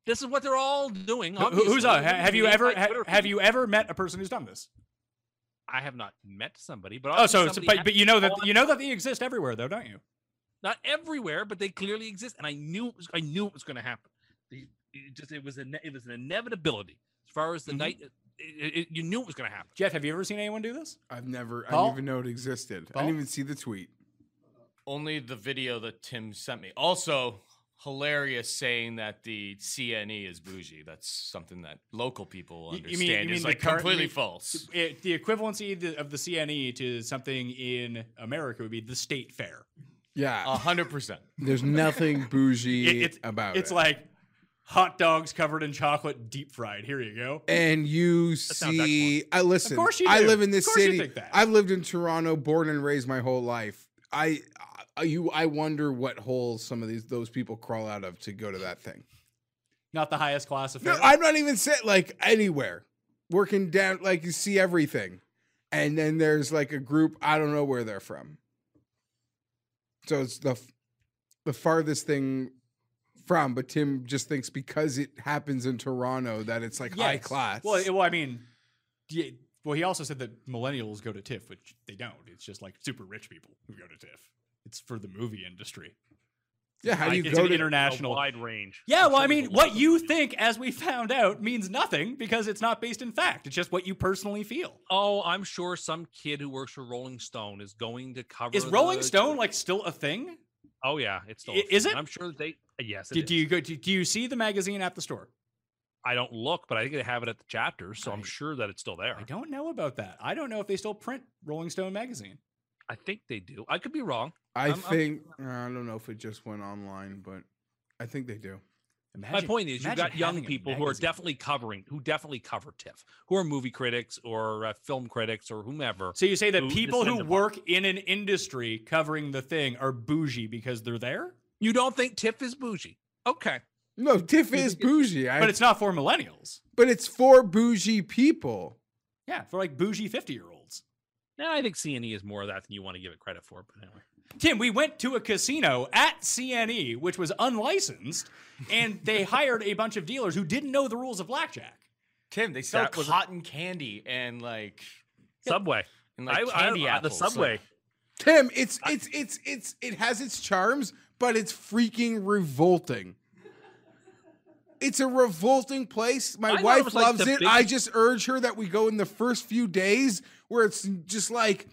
C: this is what they're all doing.
D: Who-
C: obviously.
D: who's on? Have you
C: Like
D: ever ha-
C: Twitter
D: have
C: feed.
D: you ever met a person who's done this?
C: I have not met somebody, but
D: Oh,
C: obviously
D: so it's-
C: somebody
D: but
C: had
D: but
C: to
D: you know that
C: on-
D: you know that they exist everywhere though, don't you?
C: not everywhere, but they clearly exist, and I knew it was, I knew it was going to happen. The- It just it was an it was an inevitability as far as the
D: Mhm.
C: night. It, it, it- you knew it was going to happen.
D: Jeff, have you ever seen anyone do this?
E: I've never, I
D: Paul?
E: didn't even know it existed. I
D: Paul?
E: didn't even see the tweet.
F: Only the video that Tim sent me. Also, hilarious saying that the CNE is bougie. That's something that local people
D: Y- you mean-
F: understand
D: you mean
F: is
D: the
F: like
D: current-
F: completely
D: you-
F: false.
D: It, the equivalency th- of the CNE to something in America would be the state fair.
E: Yeah.
F: A hundred percent.
E: Um, There's nothing bougie
D: It- it's
E: about
D: it's
E: it.
D: like hot dogs covered in chocolate, deep fried. Here you go.
E: and you
C: sounds excellent.
E: see, I listen.
D: course you
E: I
D: do.
E: live in
D: Of
E: this
D: course you
E: city.
D: think that.
E: I've lived in Toronto, born and raised my whole life. I, I you, I wonder what holes some of these those people crawl out of to go to that thing.
D: Not the highest class of fair.
E: No, I'm not even saying like anywhere. Working down, like you see everything, and then there's like a group. I don't know where they're from. So it's the f- the farthest thing from. But Tim just thinks because it happens in Toronto that it's like high
D: Yes.
E: class.
D: Well, it- well, I mean, yeah, well, he also said that millennials go to TIFF, which they don't. It's just like super rich people who go to TIFF. It's for the movie industry.
E: yeah, how do you
D: it's
E: go
D: an
E: to?
D: international?
C: a wide range.
D: yeah,
C: I'm
D: well,
C: sure
D: I
C: there's
D: mean,
C: a lot
D: what
C: of
D: you
C: people.
D: think, as we found out, means nothing because it's not based in fact. It's just what you personally feel.
C: Oh, I'm sure some kid who works for Rolling Stone is going to cover.
D: Is Rolling
C: the-
D: Stone like still a thing?
C: Oh yeah, it's still. a
D: I- is
C: thing.
D: it?
C: I'm sure that they. Yes, it
D: Do,
C: is.
D: do you go? Do, do you see the magazine at the store?
C: I don't look, but I think they have it at the chapter, so I'm
D: I-
C: sure that it's still there.
D: I don't know about that. I don't know if they still print Rolling Stone magazine.
C: I think they do. I could be wrong.
E: I
C: I'm- I'm-
E: think I don't know if it just went online, but I think they do.
D: Imagine-
C: My point is, you've
D: imagine
C: got young
D: having a
C: people who are
D: magazine.
C: definitely covering, who definitely cover TIFF, who are movie critics or uh, film critics or whomever.
D: So you say that
C: who
D: people who
C: descend upon.
D: work in an industry covering the thing are bougie because they're there,
C: You don't think TIFF is bougie? Okay.
E: No, Tiff is bougie, I,
D: but it's not for millennials.
E: but it's for bougie people.
D: Yeah, for like bougie fifty-year-olds.
C: Now I think CNE is more of that than you want to give it credit for. But anyway,
D: Tim, we went to a casino at CNE, which was unlicensed, and they hired a bunch of dealers who didn't know the rules of blackjack.
F: Tim, they sell
C: That was a-
F: cotton candy and like
C: Subway.
F: and like candy
C: I-
F: apples.
C: The Subway.
F: Like,
E: Tim, it's it's it's it's it has its charms, but it's freaking revolting. It's a revolting place.
C: I
E: My
C: thought it
E: wife
C: was, like,
E: loves
C: the
E: it.
C: big-
E: I just urge her that we go in the first few days where it's just like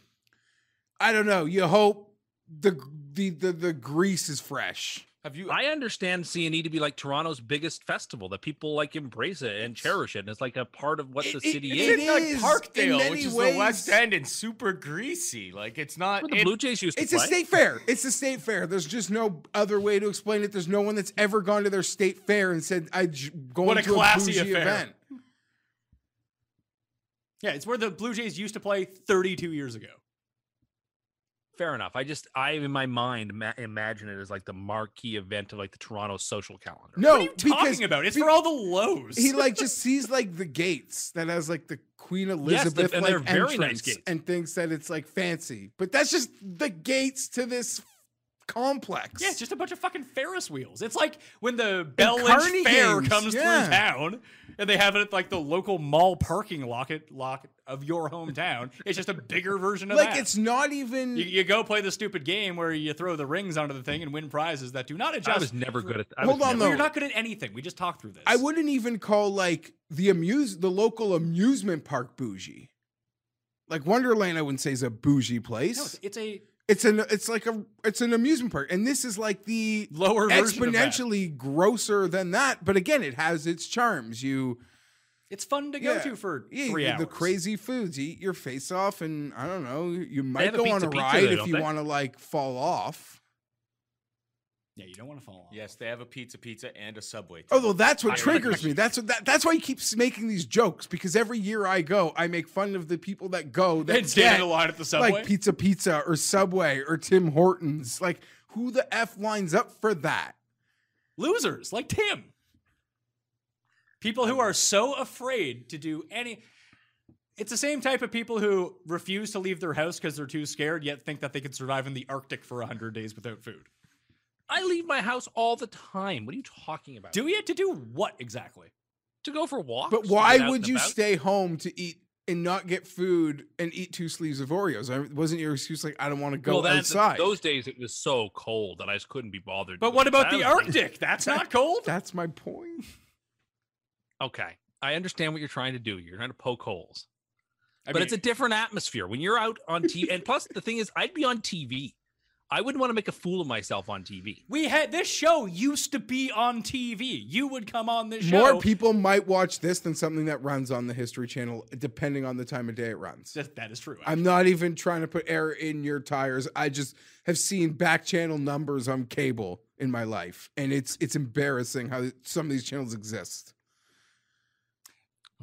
E: I don't know, you hope the the the, the grease is fresh.
F: have you?
C: I understand CNE to be like Toronto's biggest festival that people like embrace it and cherish it, and it's like a part of what the
E: It- it-
C: city
E: it
C: is.
F: it's like
E: is, in
F: Parkdale, which
E: many
F: is
E: ways-
F: the West End, and super greasy. Like it's not.
C: Where the
F: it-
C: Blue Jays used to
E: It's a
C: play.
E: state fair. It's a state fair. There's just no other way to explain it. There's no one that's ever gone to their state fair and said, "I j- going
D: What a
E: to a
D: classy
E: bougie
D: affair.
E: event."
D: Yeah, it's where the Blue Jays used to play thirty-two years ago.
C: Fair enough. I just, I in my mind ma- imagine it as like the marquee event of like the Toronto social calendar.
E: No,
D: What are you
E: because
D: talking about? It's
E: be-
D: for all the lows.
E: he like just sees like the gates that has like the Queen Elizabeth
C: and
E: like
C: they're very nice
E: entrance
C: gates.
E: and thinks that it's like fancy, but that's just the gates to this complex.
D: Yeah, it's just a bunch of fucking Ferris wheels. It's like when the Bell
E: carny
D: Lynch Fair
E: games,
D: comes
E: yeah.
D: through town and they have it at like the local mall parking locket lock of your hometown. It's just a bigger version of
E: like
D: that.
E: it's not even.
D: you, you go play the stupid game where you throw the rings onto the thing and win prizes that do not adjust.
C: I was never good at that.
E: Hold
D: Well,
E: on, though.
D: you're not good at anything. We just talked through this.
E: I wouldn't even call like the amuse the local amusement park bougie. Like Wonderland, I wouldn't say is a bougie place.
D: No, it's- it's a
E: it's an it's like a it's an amusement park and this is like the
D: lower version of that.
E: exponentially grosser than that but again it has its charms you
D: It's fun to go
E: Yeah.
D: to for
E: yeah,
D: three
E: you-
D: hours.
E: the crazy foods you eat your face off and i don't know you might
C: have a
E: go on
C: pizza
E: a
C: pizza
E: ride
C: there,
E: if
C: don't
E: you
C: they?
E: want to like fall off
D: Yeah, you don't want to fall off.
F: Yes, they have a pizza pizza and a subway.
E: Although that's what
F: I-
E: triggers me. That's what that, that's why he keeps making these jokes because every year I go, I make fun of the people that go that
D: And stand in a
E: get,
D: line at the subway?
E: like Pizza Pizza or Subway or Tim Hortons. Like who the f lines up for that?
D: Losers like Tim. People who are so afraid to do any. It's the same type of people who refuse to leave their house because they're too scared, yet think that they could survive in the Arctic for 100 days without food.
C: I leave my house all the time. What are you talking about?
D: Do we have to do what exactly?
C: to go for walks. to
E: But
C: get out
E: why
C: and
E: would you
C: about?
E: stay home to eat and not get food and eat two sleeves of Oreos? I, wasn't your excuse like I don't want to go
C: well, that's,
E: outside?
C: Those days it was so cold that I just couldn't be bothered.
D: But
C: with
D: what
C: it.
D: about
C: That was
D: the
C: like-
D: Arctic? That's not cold.
E: that's my point.
C: Okay, I understand what you're trying to do. You're trying to poke holes,
D: I
C: but it's a different atmosphere when you're out on TV. and plus, the thing is, I'd be on TV. I wouldn't want to make a fool of myself on TV.
D: we had this show used to be on TV. You would come on this show.
E: More people might watch this than something that runs on the History Channel, depending on the time of day it runs.
D: That- that is true.
E: I'm not even trying to put air in your tires. I just have seen back channel numbers on cable in my life, and it's it's embarrassing how some of these channels exist.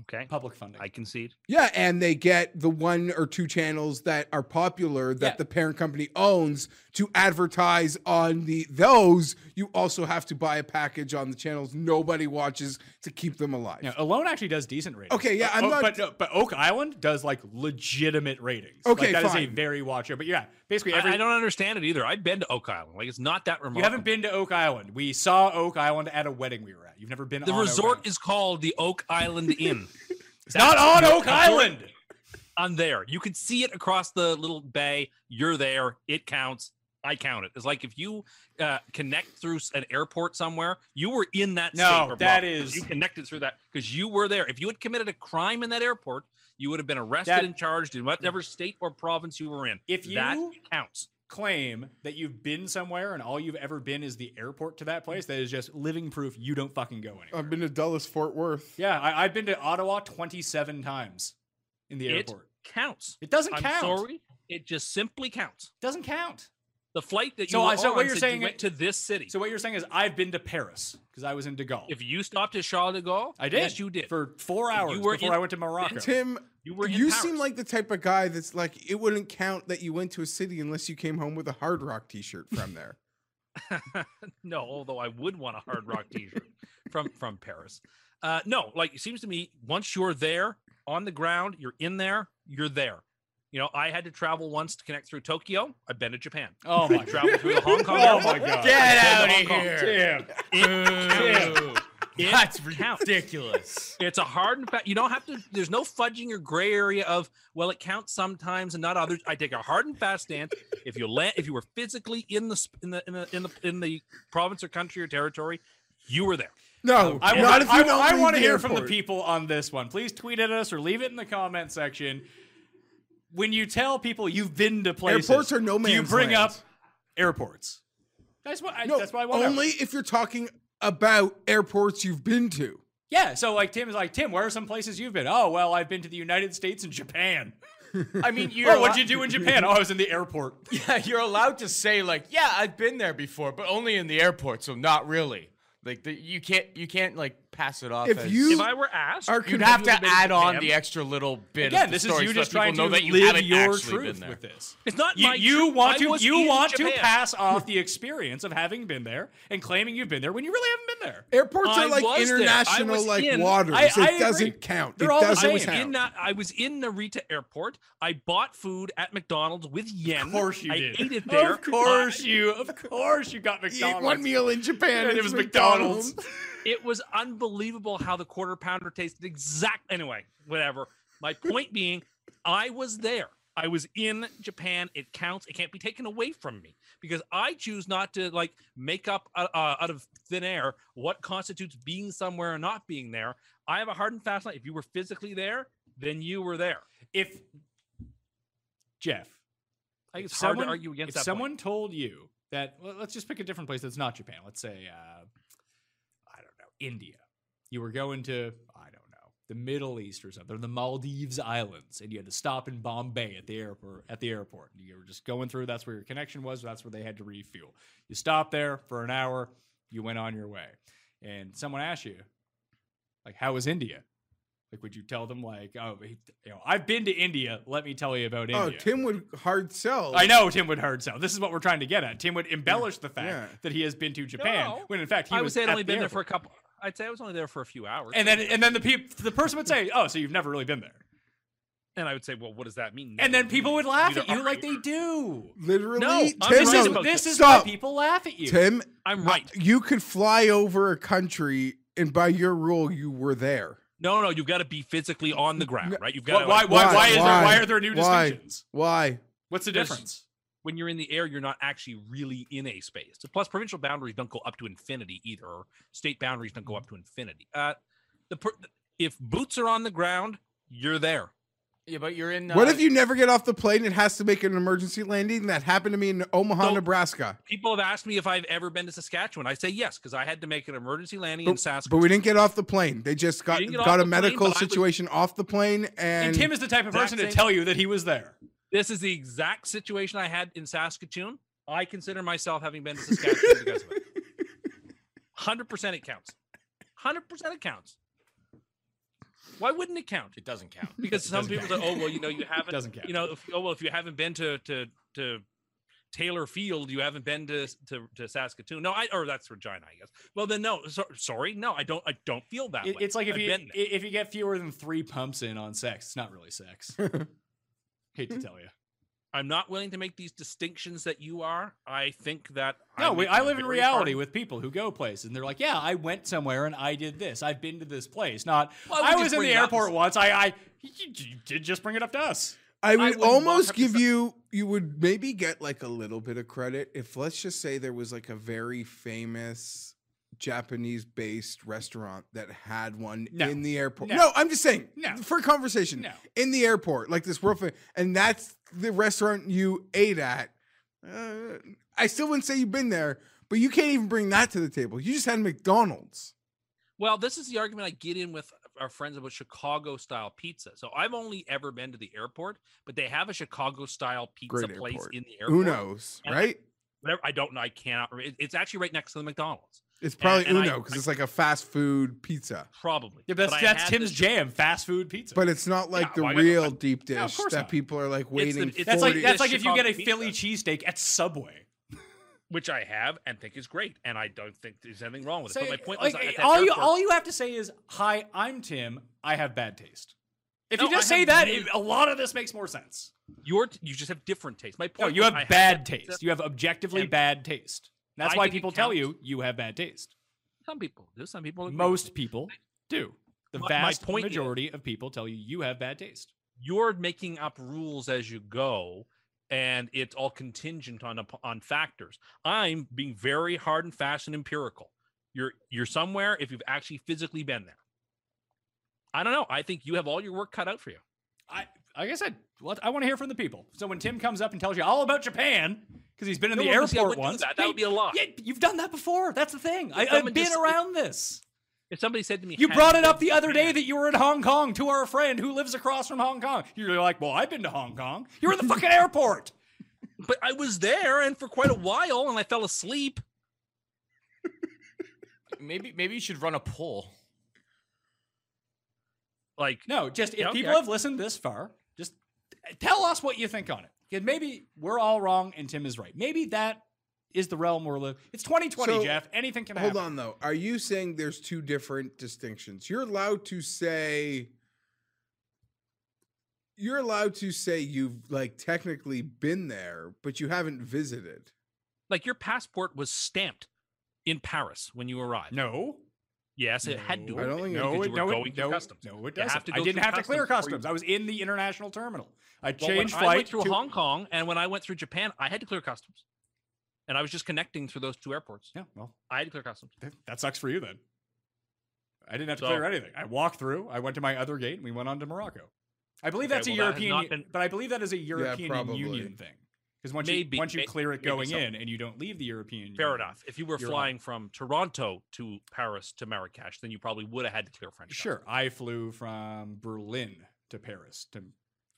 C: Okay,
D: public funding.
C: I concede.
E: Yeah, and they get the one or two channels that are popular that
D: Yeah.
E: the parent company owns to advertise on the those. You also have to buy a package on the channels nobody watches to keep them alive.
D: Yeah, Alone actually does decent ratings.
E: Okay, yeah,
D: But-
E: I'm
D: oh,
E: not-
D: But, no, but Oak Island does like legitimate ratings.
E: Okay,
D: like, that is a
E: fine.
D: very watch show. But yeah, basically
C: I-
D: every.
C: I, don't understand it either. I've been to Oak Island. Like it's not that remote.
D: you haven't been to Oak Island. We saw Oak Island at a wedding we were at. You've never been.
C: The
D: on Oak
C: resort
D: Island.
C: is called the Oak Island Inn.
D: It's not on Oak Island.
C: I'm there. You can see it across the little bay. You're there. It counts. I count it. It's like if you uh, connect through s- an airport somewhere, you were in that.
D: No,
C: state or
D: that
C: province.
D: is-
C: You connected through that because you were there. If you had committed a crime in that airport, you would have been arrested
D: That-
C: and charged in whatever state or province you were in.
D: If
C: that
D: you-
C: counts,
D: Claim that you've been somewhere and all you've ever been is the airport to that place. That is just living proof you don't fucking go anywhere.
E: I've been to Dulles Fort Worth.
D: yeah, I, I've been to Ottawa 27 times in the
C: it
D: airport.
C: counts.
D: It doesn't
C: I'm
D: count.
C: sorry. It just simply counts.
D: Doesn't count.
C: The flight that you
D: So
C: were
D: I- so
C: on
D: what you're
C: said
D: saying
C: you went to
D: is-
C: this city.
D: So what you're saying is I've been to Paris because I was in De Gaulle.
C: if you stopped at Charles de Gaulle,
D: I did.
C: Yes, you did.
D: For four hours
C: were
D: before
C: in-
D: I went to Morocco.
E: Tim,
C: You were in
E: you seem
C: Paris.
E: like the type of guy that's like it wouldn't count that you went to a city unless you came home with a Hard Rock T-shirt from there.
C: no, although I would want a hard rock t-shirt from from Paris. Uh, no, like it seems to me once you're there on the ground, you're in there, you're there. You know, I had to travel once to connect through Tokyo. I've been to Japan.
D: Oh
C: I traveled through the Hong Kong.
D: Oh my
C: airport.
D: god.
F: Get
C: I've
F: out
C: been to Hong
F: of
C: Kong.
F: here!
C: It
F: That's
C: counts.
F: ridiculous.
C: It's a hard and fast. You don't have to. There's no fudging or gray area of well, it counts sometimes and not others. I take a hard and fast stance. If you land, if you were physically in the sp- in the in the in the, in the province or country or territory, you were there.
E: No,
D: I,
E: not
D: want,
E: if you
D: I,
E: don't.
D: I
E: leave
D: want
E: the
D: to hear from the
E: airport.
D: people on this one. Please tweet at us or leave it in the comment section. When you tell people you've been to places,
E: Airports are no
D: do you
E: man's
D: bring
E: land.
D: up airports? That's what. I,
E: No,
D: that's what I want. to know.
E: only if you're talking about airports you've been to.
D: Yeah. So like Tim is like Tim. Where are some places you've been? Oh well, I've been to the United States and Japan.
F: I mean, you're
D: Oh, what'd
F: allo-
D: you do in Japan? Oh, I was in the airport.
F: Yeah, you're allowed to say like, yeah, I've been there before, but only in the airport, so not really. Like, the, you can't you can't like pass it off.
E: If
F: as,
E: you
C: If I were asked,
E: are
F: you'd have to
C: have been
F: add on
C: jammed.
F: the extra little bit.
D: Again,
F: of the
D: this is
F: story
D: you
F: so
D: just
F: that
D: trying
F: people
D: to
F: know that you
D: live
F: haven't
D: your
F: actually
D: truth
F: been there.
D: with this.
C: It's not
D: you,
C: my
D: you
C: truth.
D: want
C: I
D: to
C: was
D: you
C: in
D: want to
C: Japan.
D: pass off the experience of having been there and claiming you've been there when you really haven't been there.
E: airports
C: I
E: are like
C: was there. I
E: international,
C: was
E: like
C: in-
E: waters.
D: I- I agree.
E: it doesn't count.
D: They're
E: it
D: all the
E: doesn't
C: I was
D: same.
E: count.
C: in that. I was in Narita Airport. I bought food at McDonald's with yen.
D: Of course you
C: I
D: did.
C: ate it there.
D: Of course you. Of course you got
E: You
D: McDonald's.
E: eat one meal in Japan.
D: And it
E: it's
D: was McDonald's.
C: It was unbelievable how the quarter pounder tasted exact. Anyway, whatever. My point being, I was there. I was in Japan. It counts. It can't be taken away from me because I choose not to like make up uh, uh, out of thin air what constitutes being somewhere and not being there. I have a hard and fast line. If you were physically there, then you were there.
D: If Jeff,
C: I think it's
D: if
C: hard
D: someone-
C: to argue against
D: if
C: that. point.
D: someone told you that, well, let's just pick a different place that's not Japan. Let's say, uh, I don't know, India. You were going to, I don't know, the Middle East or something, or the Maldives Islands, and you had to stop in Bombay at the airport. At the airport, and you were just going through. That's where your connection was. That's where they had to refuel. You stopped there for an hour. You went on your way, and someone asked you, like, "How was India?" Like, would you tell them, like, "Oh, he- you know, I've been to India. Let me tell you about
E: Oh,
D: India."
E: Tim would hard sell.
D: I know Tim would hard sell. This is what we're trying to get at. Tim would embellish the fact
E: Yeah.
D: that he has been to Japan
C: No.
D: when in fact he
C: I would
D: was
C: say I'd
D: at
C: only
D: the
C: been there for a
D: airport.
C: couple. I'd say I was only there for a few hours.
D: And then and then the peop- the person would say, "Oh, so you've never really been there."
C: and I would say, well, what does that mean?
D: And then people would laugh
C: Neither
D: at you
C: are
D: like
C: you.
D: they do.
E: Literally,
C: No, I'm
E: Tim,
D: This
C: right
D: is
C: about
D: this is why
E: Stop.
D: people laugh at you.
E: Tim,
C: I'm right.
E: you could fly over a country, and by your rule, you were there.
C: No, no, you've got to be physically on the ground, right? You've got
D: Why
C: to.
D: why, why, why, is there, why
E: Why?
D: are there new
E: Why?
D: distinctions?
E: Why?
D: What's the
C: There's-
D: difference?
C: when you're in the air, you're not actually really in a space. Plus, provincial boundaries don't go up to infinity either. Or state boundaries don't go up
E: Mm-hmm.
C: to infinity. Uh, the per- if boots are on the ground, you're there.
F: Yeah, but you're in.
E: What
F: uh,
E: if you never get off the plane and has to make an emergency landing? That happened to me in Omaha,
C: So-
E: Nebraska.
C: People have asked me if I've ever been to Saskatchewan. I say yes because I had to make an emergency landing in Saskatchewan.
E: But we didn't get off the plane. They just got
C: didn't get off
E: got
C: the
E: a
C: plane,
E: medical
C: but I was-
E: situation off the plane,
D: And,
E: and
D: Tim is the type of
C: Exact
D: person to
C: same-
D: tell you that he was there.
C: this is the exact situation I had in Saskatoon. I consider myself having been to Saskatchewan because of it. Hundred percent it counts. Hundred percent it counts. Why wouldn't it count?
F: It doesn't count.
C: Because some people say, "Oh well, you know, you haven't."
D: Doesn't count.
C: You know, if, oh well, if you haven't been to to to Taylor Field, you haven't been to to, to Saskatoon. No, I or that's Regina, I guess. Well, then no, so, sorry, no, I don't. I don't feel that
D: It-
C: way.
D: it's like if
C: I've
D: you
C: been there.
D: if you get fewer than three pumps in on sex, it's not really sex. Hate to tell you.
C: I'm not willing to make these distinctions that you are. I think that
D: No, we,
C: make
D: I
C: a
D: live in
C: very hard-
D: reality with people who go places, and they're like, "Yeah, I went somewhere and I did this. I've been to this place." Not,
C: Why would
D: I
C: you
D: was in
C: bring
D: the
C: it up?
D: airport once. I, I, you, you did just bring it up to us.
E: I
C: I
E: would
C: wouldn't walk
E: almost
C: up to
E: give
C: some-
E: you you would maybe get like a little bit of credit if let's just say there was like a very famous Japanese based restaurant that had one
D: No.
E: in the airport.
D: No.
E: No. I'm just saying
D: No.
E: for conversation
D: No.
E: in the airport, like this world fam- and that's the restaurant you ate at. Uh, I still wouldn't say you've been there, but you can't even bring that to the table. You just had McDonald's.
C: Well, this is the argument I get in with our friends about Chicago style pizza. So I've only ever been to the airport, but they have a Chicago style pizza
E: Great
C: place
E: airport.
C: in the airport.
E: Uno's,
C: And I-
E: right?
C: Whatever- I don't know. I cannot. re- it- It's actually right next to the McDonald's,
E: It's probably
C: and I-
E: Uno because it's like a fast food pizza.
C: probably.
D: Yeah, but that's,
C: I
D: that's
C: had
D: Tim's
C: this-
D: jam: fast food pizza.
E: But it's not like
C: Yeah,
E: the
C: well, I got-
E: real deep dish
D: of course
E: that
D: not.
E: people are like waiting.
C: it's
D: that's
E: 40
D: like
C: Forty-
D: that's like if you
C: Chicago
D: get a
C: pizza.
D: Philly cheesesteak at Subway.
C: which I have and think is great, and I don't think there's anything wrong with it.
D: Say-
C: But my point
D: like,
C: was, at that
D: all you
C: airport-
D: all you have to say is, "Hi, I'm Tim. I have bad taste." If you
C: No, I
D: just say
C: have
D: that,
C: really-
D: it- a lot of this makes more sense.
C: your t- you just have different tastes. My
D: No,
C: point.
D: you
C: was
D: have
C: I had
D: bad
C: that pizza-
D: taste. You have objectively
C: and
D: bad taste. That's
C: I
D: why
C: think it
D: people tell
C: counts.
D: you you have bad taste.
C: Some people do. Some people agree with me.
D: most people do. The
C: My- my
D: vast
C: point is-
D: majority of people tell you you have bad taste.
C: you're making up rules as you go and it's all contingent on up- on factors i'm being very hard and fast and empirical you're you're somewhere if you've actually physically been there i don't know i think you have all your work cut out for you
D: I, like I said, what I want to hear from the people. So when Tim comes up and tells you all about Japan because he's been in
C: No
D: the
C: one would say I
D: airport
C: wouldn't do
D: once,
C: that. That would be a lie.
D: Yeah, you've done that before. That's the thing. I, I've
C: someone
D: been
C: just-
D: around this.
C: if somebody said to me
D: You
C: "Have
D: brought it
C: been
D: up the
C: to
D: other day
C: Japan?"
D: that you were in Hong Kong to our friend who lives across from Hong Kong. You're like, well, I've been to Hong Kong. You're in the fucking airport.
C: but i was there and for quite a while and i fell asleep
F: Maybe maybe you should run a poll.
C: like
D: No, just if
C: Yeah,
D: people
C: okay.
D: have listened this far, just tell us what you think on it. 'Cause maybe we're all wrong and Tim is right. Maybe that is the realm we're living. It's 2020,
E: So,
D: Jeff. Anything can
E: Hold
D: happen.
E: on though. Are you saying there's two different distinctions? You're allowed to say you're allowed to say you've like technically been there, but you haven't visited.
C: like your passport was stamped in paris when you arrived
D: No,
C: yes it had to
E: I don't
C: have
E: think
C: been
E: it-
D: no,
C: because
D: it,
C: you were
D: no,
C: going
D: it,
C: through
D: no,
C: customs
D: no, it
C: You have
D: doesn't.
C: to
D: I
C: go
D: didn't
C: through
D: have to
C: customs
D: clear
C: before you-
D: customs. I was in the international terminal. I
C: But when
D: changed
C: I
D: flight
C: went through
D: to-
C: Hong Kong, and when I went through Japan, I had to clear customs, and I was just connecting through those two airports.
D: Yeah, well,
C: I had to clear customs.
D: th- that sucks for you then. I didn't have to
C: So-
D: clear anything. I walked through. I went to my other gate, and we went on to Morocco. I believe
C: Okay,
D: that's a
C: well, that has
D: European,
C: not
D: U-
C: been-
D: but I believe that is a European
E: probably.
D: Union thing. 'Cause Because once
C: Maybe-
D: you once you
C: may-
D: clear it
C: maybe
D: going
C: so.
D: in and you don't leave the European
C: Fair
D: Union,
C: enough. If you were
D: Mm. You're
C: flying from Toronto to Paris to Marrakesh, then you probably would have had to clear French.
D: Sure, I flew from Berlin to Paris to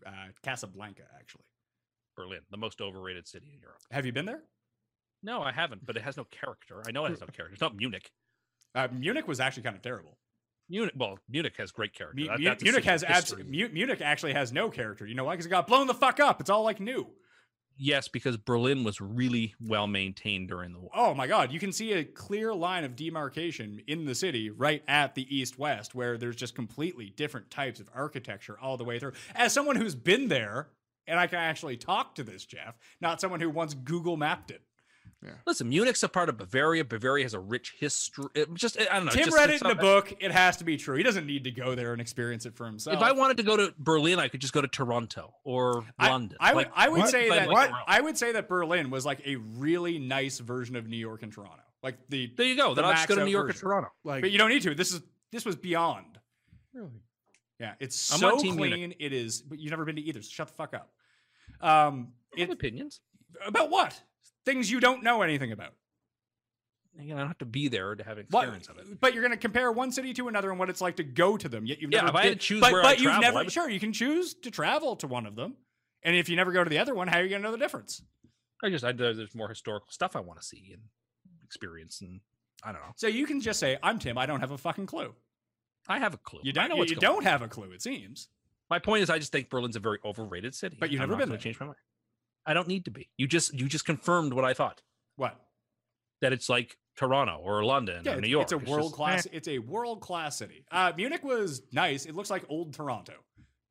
D: uh, Casablanca. Actually,
C: customs. Berlin, the most overrated city in Europe.
D: have you been there?
C: No, I haven't, but it has no character. I know it has no character. It's not Munich.
D: Uh, Munich was actually kind of terrible.
C: Munich, well, Munich has great character.
D: Mu-
C: That-
D: Mu-
C: that's a
D: Munich
C: city
D: has
C: with
D: abs-
C: history.
D: Mu- Munich actually has no character. You know why? Because it got blown the fuck up. It's all like new.
C: Yes, because Berlin was really well maintained during the war.
D: Oh my god, you can see a clear line of demarcation in the city right at the east west where there's just completely different types of architecture all the way through. As someone who's been there and I can actually talk to this Jeff, not someone who once Google mapped it.
C: Listen, Munich's a part of Bavaria. Bavaria has a rich history. Just I don't know.
D: Tim
C: Uh, just-
D: read
C: it's
D: it in a
C: not-
D: book. It has to be true. He doesn't need to go there and experience it for himself.
C: If I wanted to go to Berlin, I could just go to Toronto or
D: I-
C: London.
D: I,
C: Like,
D: would, I would
E: what?
D: say
C: But
D: that
C: what?
D: I would say that Berlin was like a really nice version of New York and Toronto. Like the,
C: there you go.
D: the
C: Then I'll just go to
D: maxed out
C: New York or
D: version.
C: Toronto.
E: Like,
D: but you don't need to. This is this was beyond.
E: really?
D: Yeah, it's
C: I'm
D: so
C: on
D: clean.
C: Team Munich.
D: It is. But you've never been to either. So shut the fuck up. Um,
C: I have
D: it,
C: opinions.
D: about what things you don't know anything about.
C: You know, I don't have to be there to have
D: What-
C: experience of it.
D: But you're going to compare one city to another and what it's like to go to them. Yet you've
C: Yeah,
D: never.
C: if I had
D: been-
C: to choose
D: but,
C: where I
D: but you've
C: travel, I
D: never.
C: would-
D: Sure, you can choose to travel to one of them, and if you never go to the other one, how are you going to know the difference?
C: I just I know there's more historical stuff I want to see and experience, and I don't know.
D: So you can just say, "I'm Tim. I don't have a fucking clue."
C: I have a clue.
D: You
C: I
D: don't.
C: know
D: you
C: what's
D: you
C: going on.
D: don't have a clue. It seems.
C: My point is, I just think Berlin's a very overrated city.
D: But you've
C: I'm
D: never
C: not
D: been
C: gonna
D: there.
C: Change my mind. I don't need to be. You just you just confirmed what I thought
D: What?
C: that it's like Toronto or London or
D: Yeah, it's,
C: New York.
D: it's a
C: just,
D: world class.
C: eh.
D: It's a world class city. Uh, Munich was nice. It looks like old Toronto.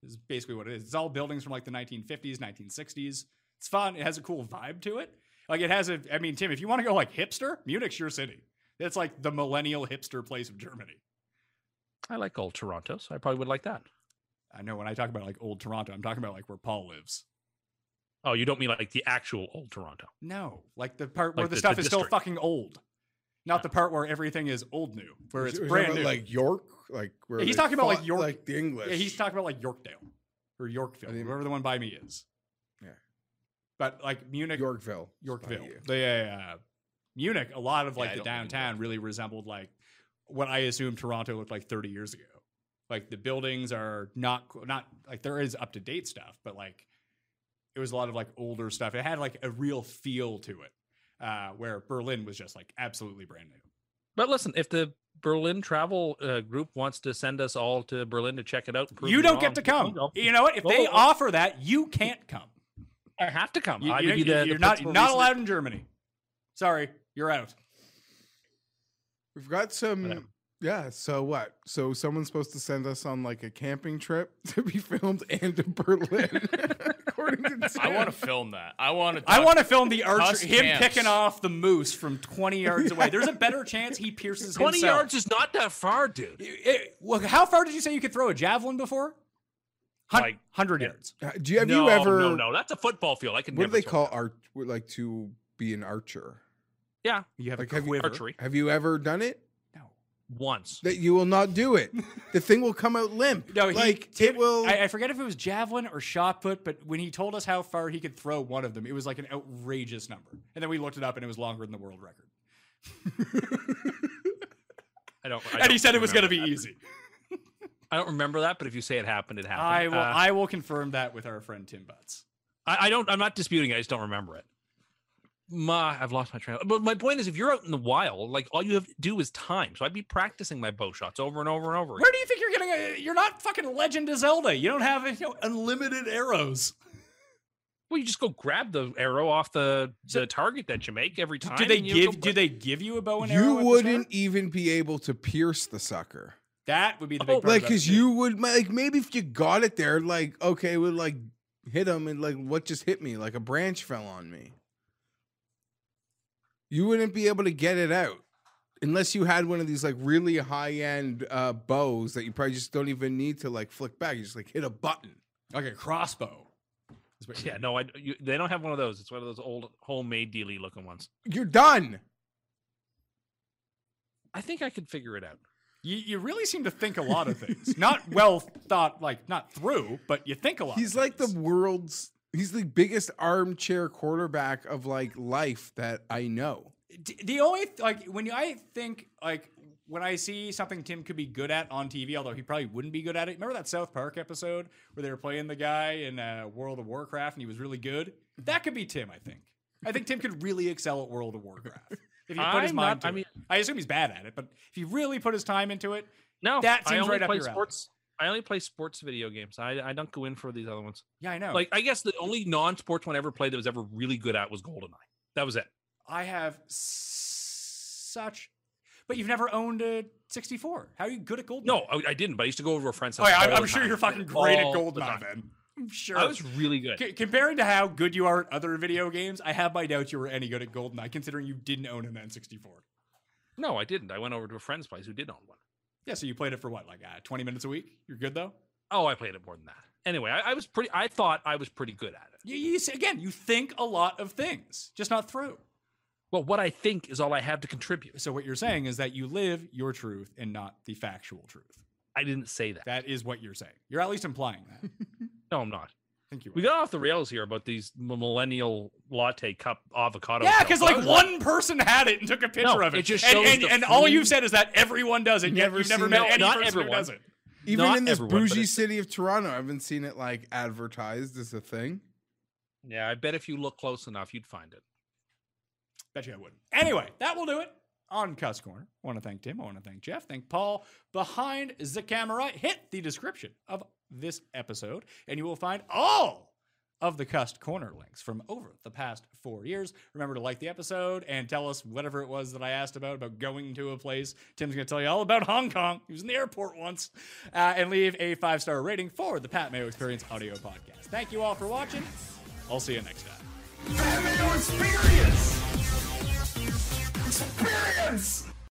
D: Is basically what it is. It's all buildings from like the 1950s, 1960s. It's fun. It has a cool vibe to it. Like it has a. I mean, Tim, if you want to go like hipster, Munich's your city. That's like the millennial hipster place of Germany.
C: I like old Toronto, so I probably would like that.
D: I know when I talk about like old Toronto, I'm talking about like where Paul lives.
C: Oh, you don't mean like the actual old Toronto?
D: No, like the part where
C: Like
D: the,
C: the-
D: stuff
C: the
D: is still
C: district.
D: fucking old, not the part where everything is old new, where it's
E: We're talking
D: brand
E: about,
D: new.
E: like York, like where
D: he's
E: they
D: talking about, like,
E: fought,
D: York-
E: like the English.
D: Yeah, he's talking about like Yorkdale or Yorkville,
E: I think-
D: wherever the one by me is.
E: Yeah.
D: But like Munich,
E: Yorkville, It's
D: Yorkville,
E: by you.
D: the uh, Munich, a lot of
F: Yeah,
D: like the
F: I don't live in
D: downtown really resembled like what I assume Toronto looked like 30 years ago. Like the buildings are not co- not like there is up to date stuff, but like it was a lot of like older stuff. It had like a real feel to it, uh, where Berlin was just like absolutely brand new.
C: But listen, if the Berlin travel uh, group wants to send us all to Berlin to check it out, prove
D: You
C: me
D: don't get
C: wrong,
D: to
C: we'll
D: come.
C: go.
D: You know what? If they
C: Well,
D: offer that, you can't come.
C: I have to come.
D: You,
C: I
D: you,
C: would be
D: you-
C: the- the
D: you're not
C: principal
D: not
C: reason-
D: allowed in Germany. Sorry, you're out.
E: We've got some.
C: Whatever.
E: Yeah. So what? So someone's supposed to send us on like a camping trip to be filmed and to Berlin, according to
F: I want
E: Tim.
F: to film that. I want to.
D: I
C: Uh,
D: want to film the archer
F: Us
D: him
F: camps.
D: picking off the moose from 20 yards away. There's a better chance he pierces
C: 20
D: himself.
C: yards is not that far, dude.
D: It- it- well, how far did you say you could throw a javelin before? Hun-
C: Like-
D: 100 yards.
E: Uh, Do you have
C: no,
E: you ever?
C: No, no, that's a football field. I can.
E: What do
C: never
E: they
C: throw
E: call
C: that.
E: art? Like to be an archer.
C: Yeah,
D: You have
E: Like,
D: a
E: have you-
D: quiver.
C: archery
E: Have you ever done it?
D: No.
C: once.
E: That you will not do it. the thing will come out limp.
D: No, he-
E: like
D: Tim-
E: it will.
D: I, I forget if it was javelin or shot put, but when he told us how far he could throw one of them, it was like an outrageous number. And then we looked it up, and it was longer than the world record.
C: I don't. I
D: and he
C: don't
D: said it was going to
C: remember
D: be
C: that.
D: easy.
C: I don't remember that, but if you say it happened, it happened.
D: I will.
C: Uh,
D: I will confirm that with our friend Tim Butts.
C: I, I don't. I'm not disputing. it, I just don't remember it. Ma, I've lost my train. of- But my point is, if you're out in the wild, like all you have to do is time. So I'd be practicing my bow shots over and over and over.
D: Where
C: Again.
D: do you think you're getting? A, you're not fucking Legend of Zelda. You don't have you know, unlimited arrows.
C: Well, you just go grab the arrow off the the target that you make every time.
D: Do they
C: and you go
D: give? Do
C: put-
D: they give you a bow and arrow?
E: you
D: at the
E: wouldn't
D: store?
E: even be able to pierce the sucker.
D: That would be the
C: Oh,
D: big part
E: like
D: about it,
E: because
D: too.
E: you would ma- like maybe if you got it there like okay would like hit him and like what just hit me like a branch fell on me you wouldn't be able to get it out unless you had one of these like really high-end uh bows that you probably just don't even need to like flick back you just like hit a button
D: like a crossbow. Is what-
C: Yeah, no, I. You, they don't have one of those. It's one of those old homemade dealy looking ones.
E: you're done
C: I think I could figure it out.
D: You, you really seem to think a lot of things. not well thought, like not through, but you think a lot.
E: he's
D: of
E: like the
D: things.
E: world's He's the biggest armchair quarterback of like life that I know.
D: D- the only th- like when I think like when I see something Tim could be good at on TV, although he probably wouldn't be good at it. Remember that South Park episode where they were playing the guy in uh, World of Warcraft and he was really good?
C: Mm-hmm.
D: That could be Tim, I think. I think Tim could really excel at World of Warcraft if he put his
C: I'm
D: mind
C: not-
D: to
C: I
D: it.
C: mean-
D: I assume he's bad at it, but if he really put his time into it,
C: No,
D: That
C: I
D: seems
C: only
D: right up
C: play
D: your alley.
C: sports. I only play sports video games. I, I don't go in for these other ones.
D: yeah, I know.
C: Like I guess the only non-sports one I ever played that was ever really good at was GoldenEye. That was it.
D: I have s- such, but you've never owned a 64. How are you good at Goldeneye?
C: No, I, I didn't. But I used to go over to a friend's
D: Oh,
C: house.
D: yeah, I'm,
C: all
D: I'm
C: the
D: sure
C: time.
D: you're fucking great at
C: All the
D: Goldeneye,
C: time.
D: then. I'm sure.
C: I was really good.
D: C- comparing to how good you are at other video games, I have my doubts you were any good at Goldeneye, considering you didn't own an N64.
C: No, I didn't. I went over to a friend's place who did own one.
D: Yeah, so you played it for what, like uh, 20 minutes a week? You're good though.
C: Oh, I played it more than that. Anyway, I, I was pretty. I thought I was pretty good at it.
D: You, you s- again, you think a lot of things, just not through.
C: Well, what I think is all I have to contribute.
D: So what you're saying is that you live your truth and not the factual truth.
C: I didn't say that.
D: That is what you're saying. You're at least implying that. I
C: No, I'm not.
D: think you.
C: We
D: are.
C: got off the rails here about these millennial latte cup avocado.
D: yeah,
C: shells.
D: because
C: I
D: like
C: was
D: one person had it and took a picture
C: No,
D: of it.
C: it just
D: and,
C: shows
D: and,
C: the
D: and all
C: full-
D: you've said is that everyone does it. Never
E: Never
D: you've never
E: seen
D: met
E: it.
D: any
C: Not
D: person who
C: everyone.
D: does it.
E: Even
C: Not
E: in this
C: everyone, but
E: bougie
C: it's-
E: city of Toronto, I haven't seen it like advertised as a thing.
C: Yeah, I bet if you look close enough, you'd find it.
D: Bet you I wouldn't. Anyway, that will do it on Cuss Corner. I want to thank Tim. I want to thank Jeff. Thank Paul. Behind the camera, hit the description of this episode, and you will find all of the Cussed Corner links from over the past four years. Remember to like the episode and tell us whatever it was that I asked about, about going to a place. Tim's going to tell you all about Hong Kong. He was in the airport once. Uh, and leave a five-star rating for the Pat Mayo Experience audio podcast. Thank you all for watching. I'll see you next time.
G: Have your experience. Experience.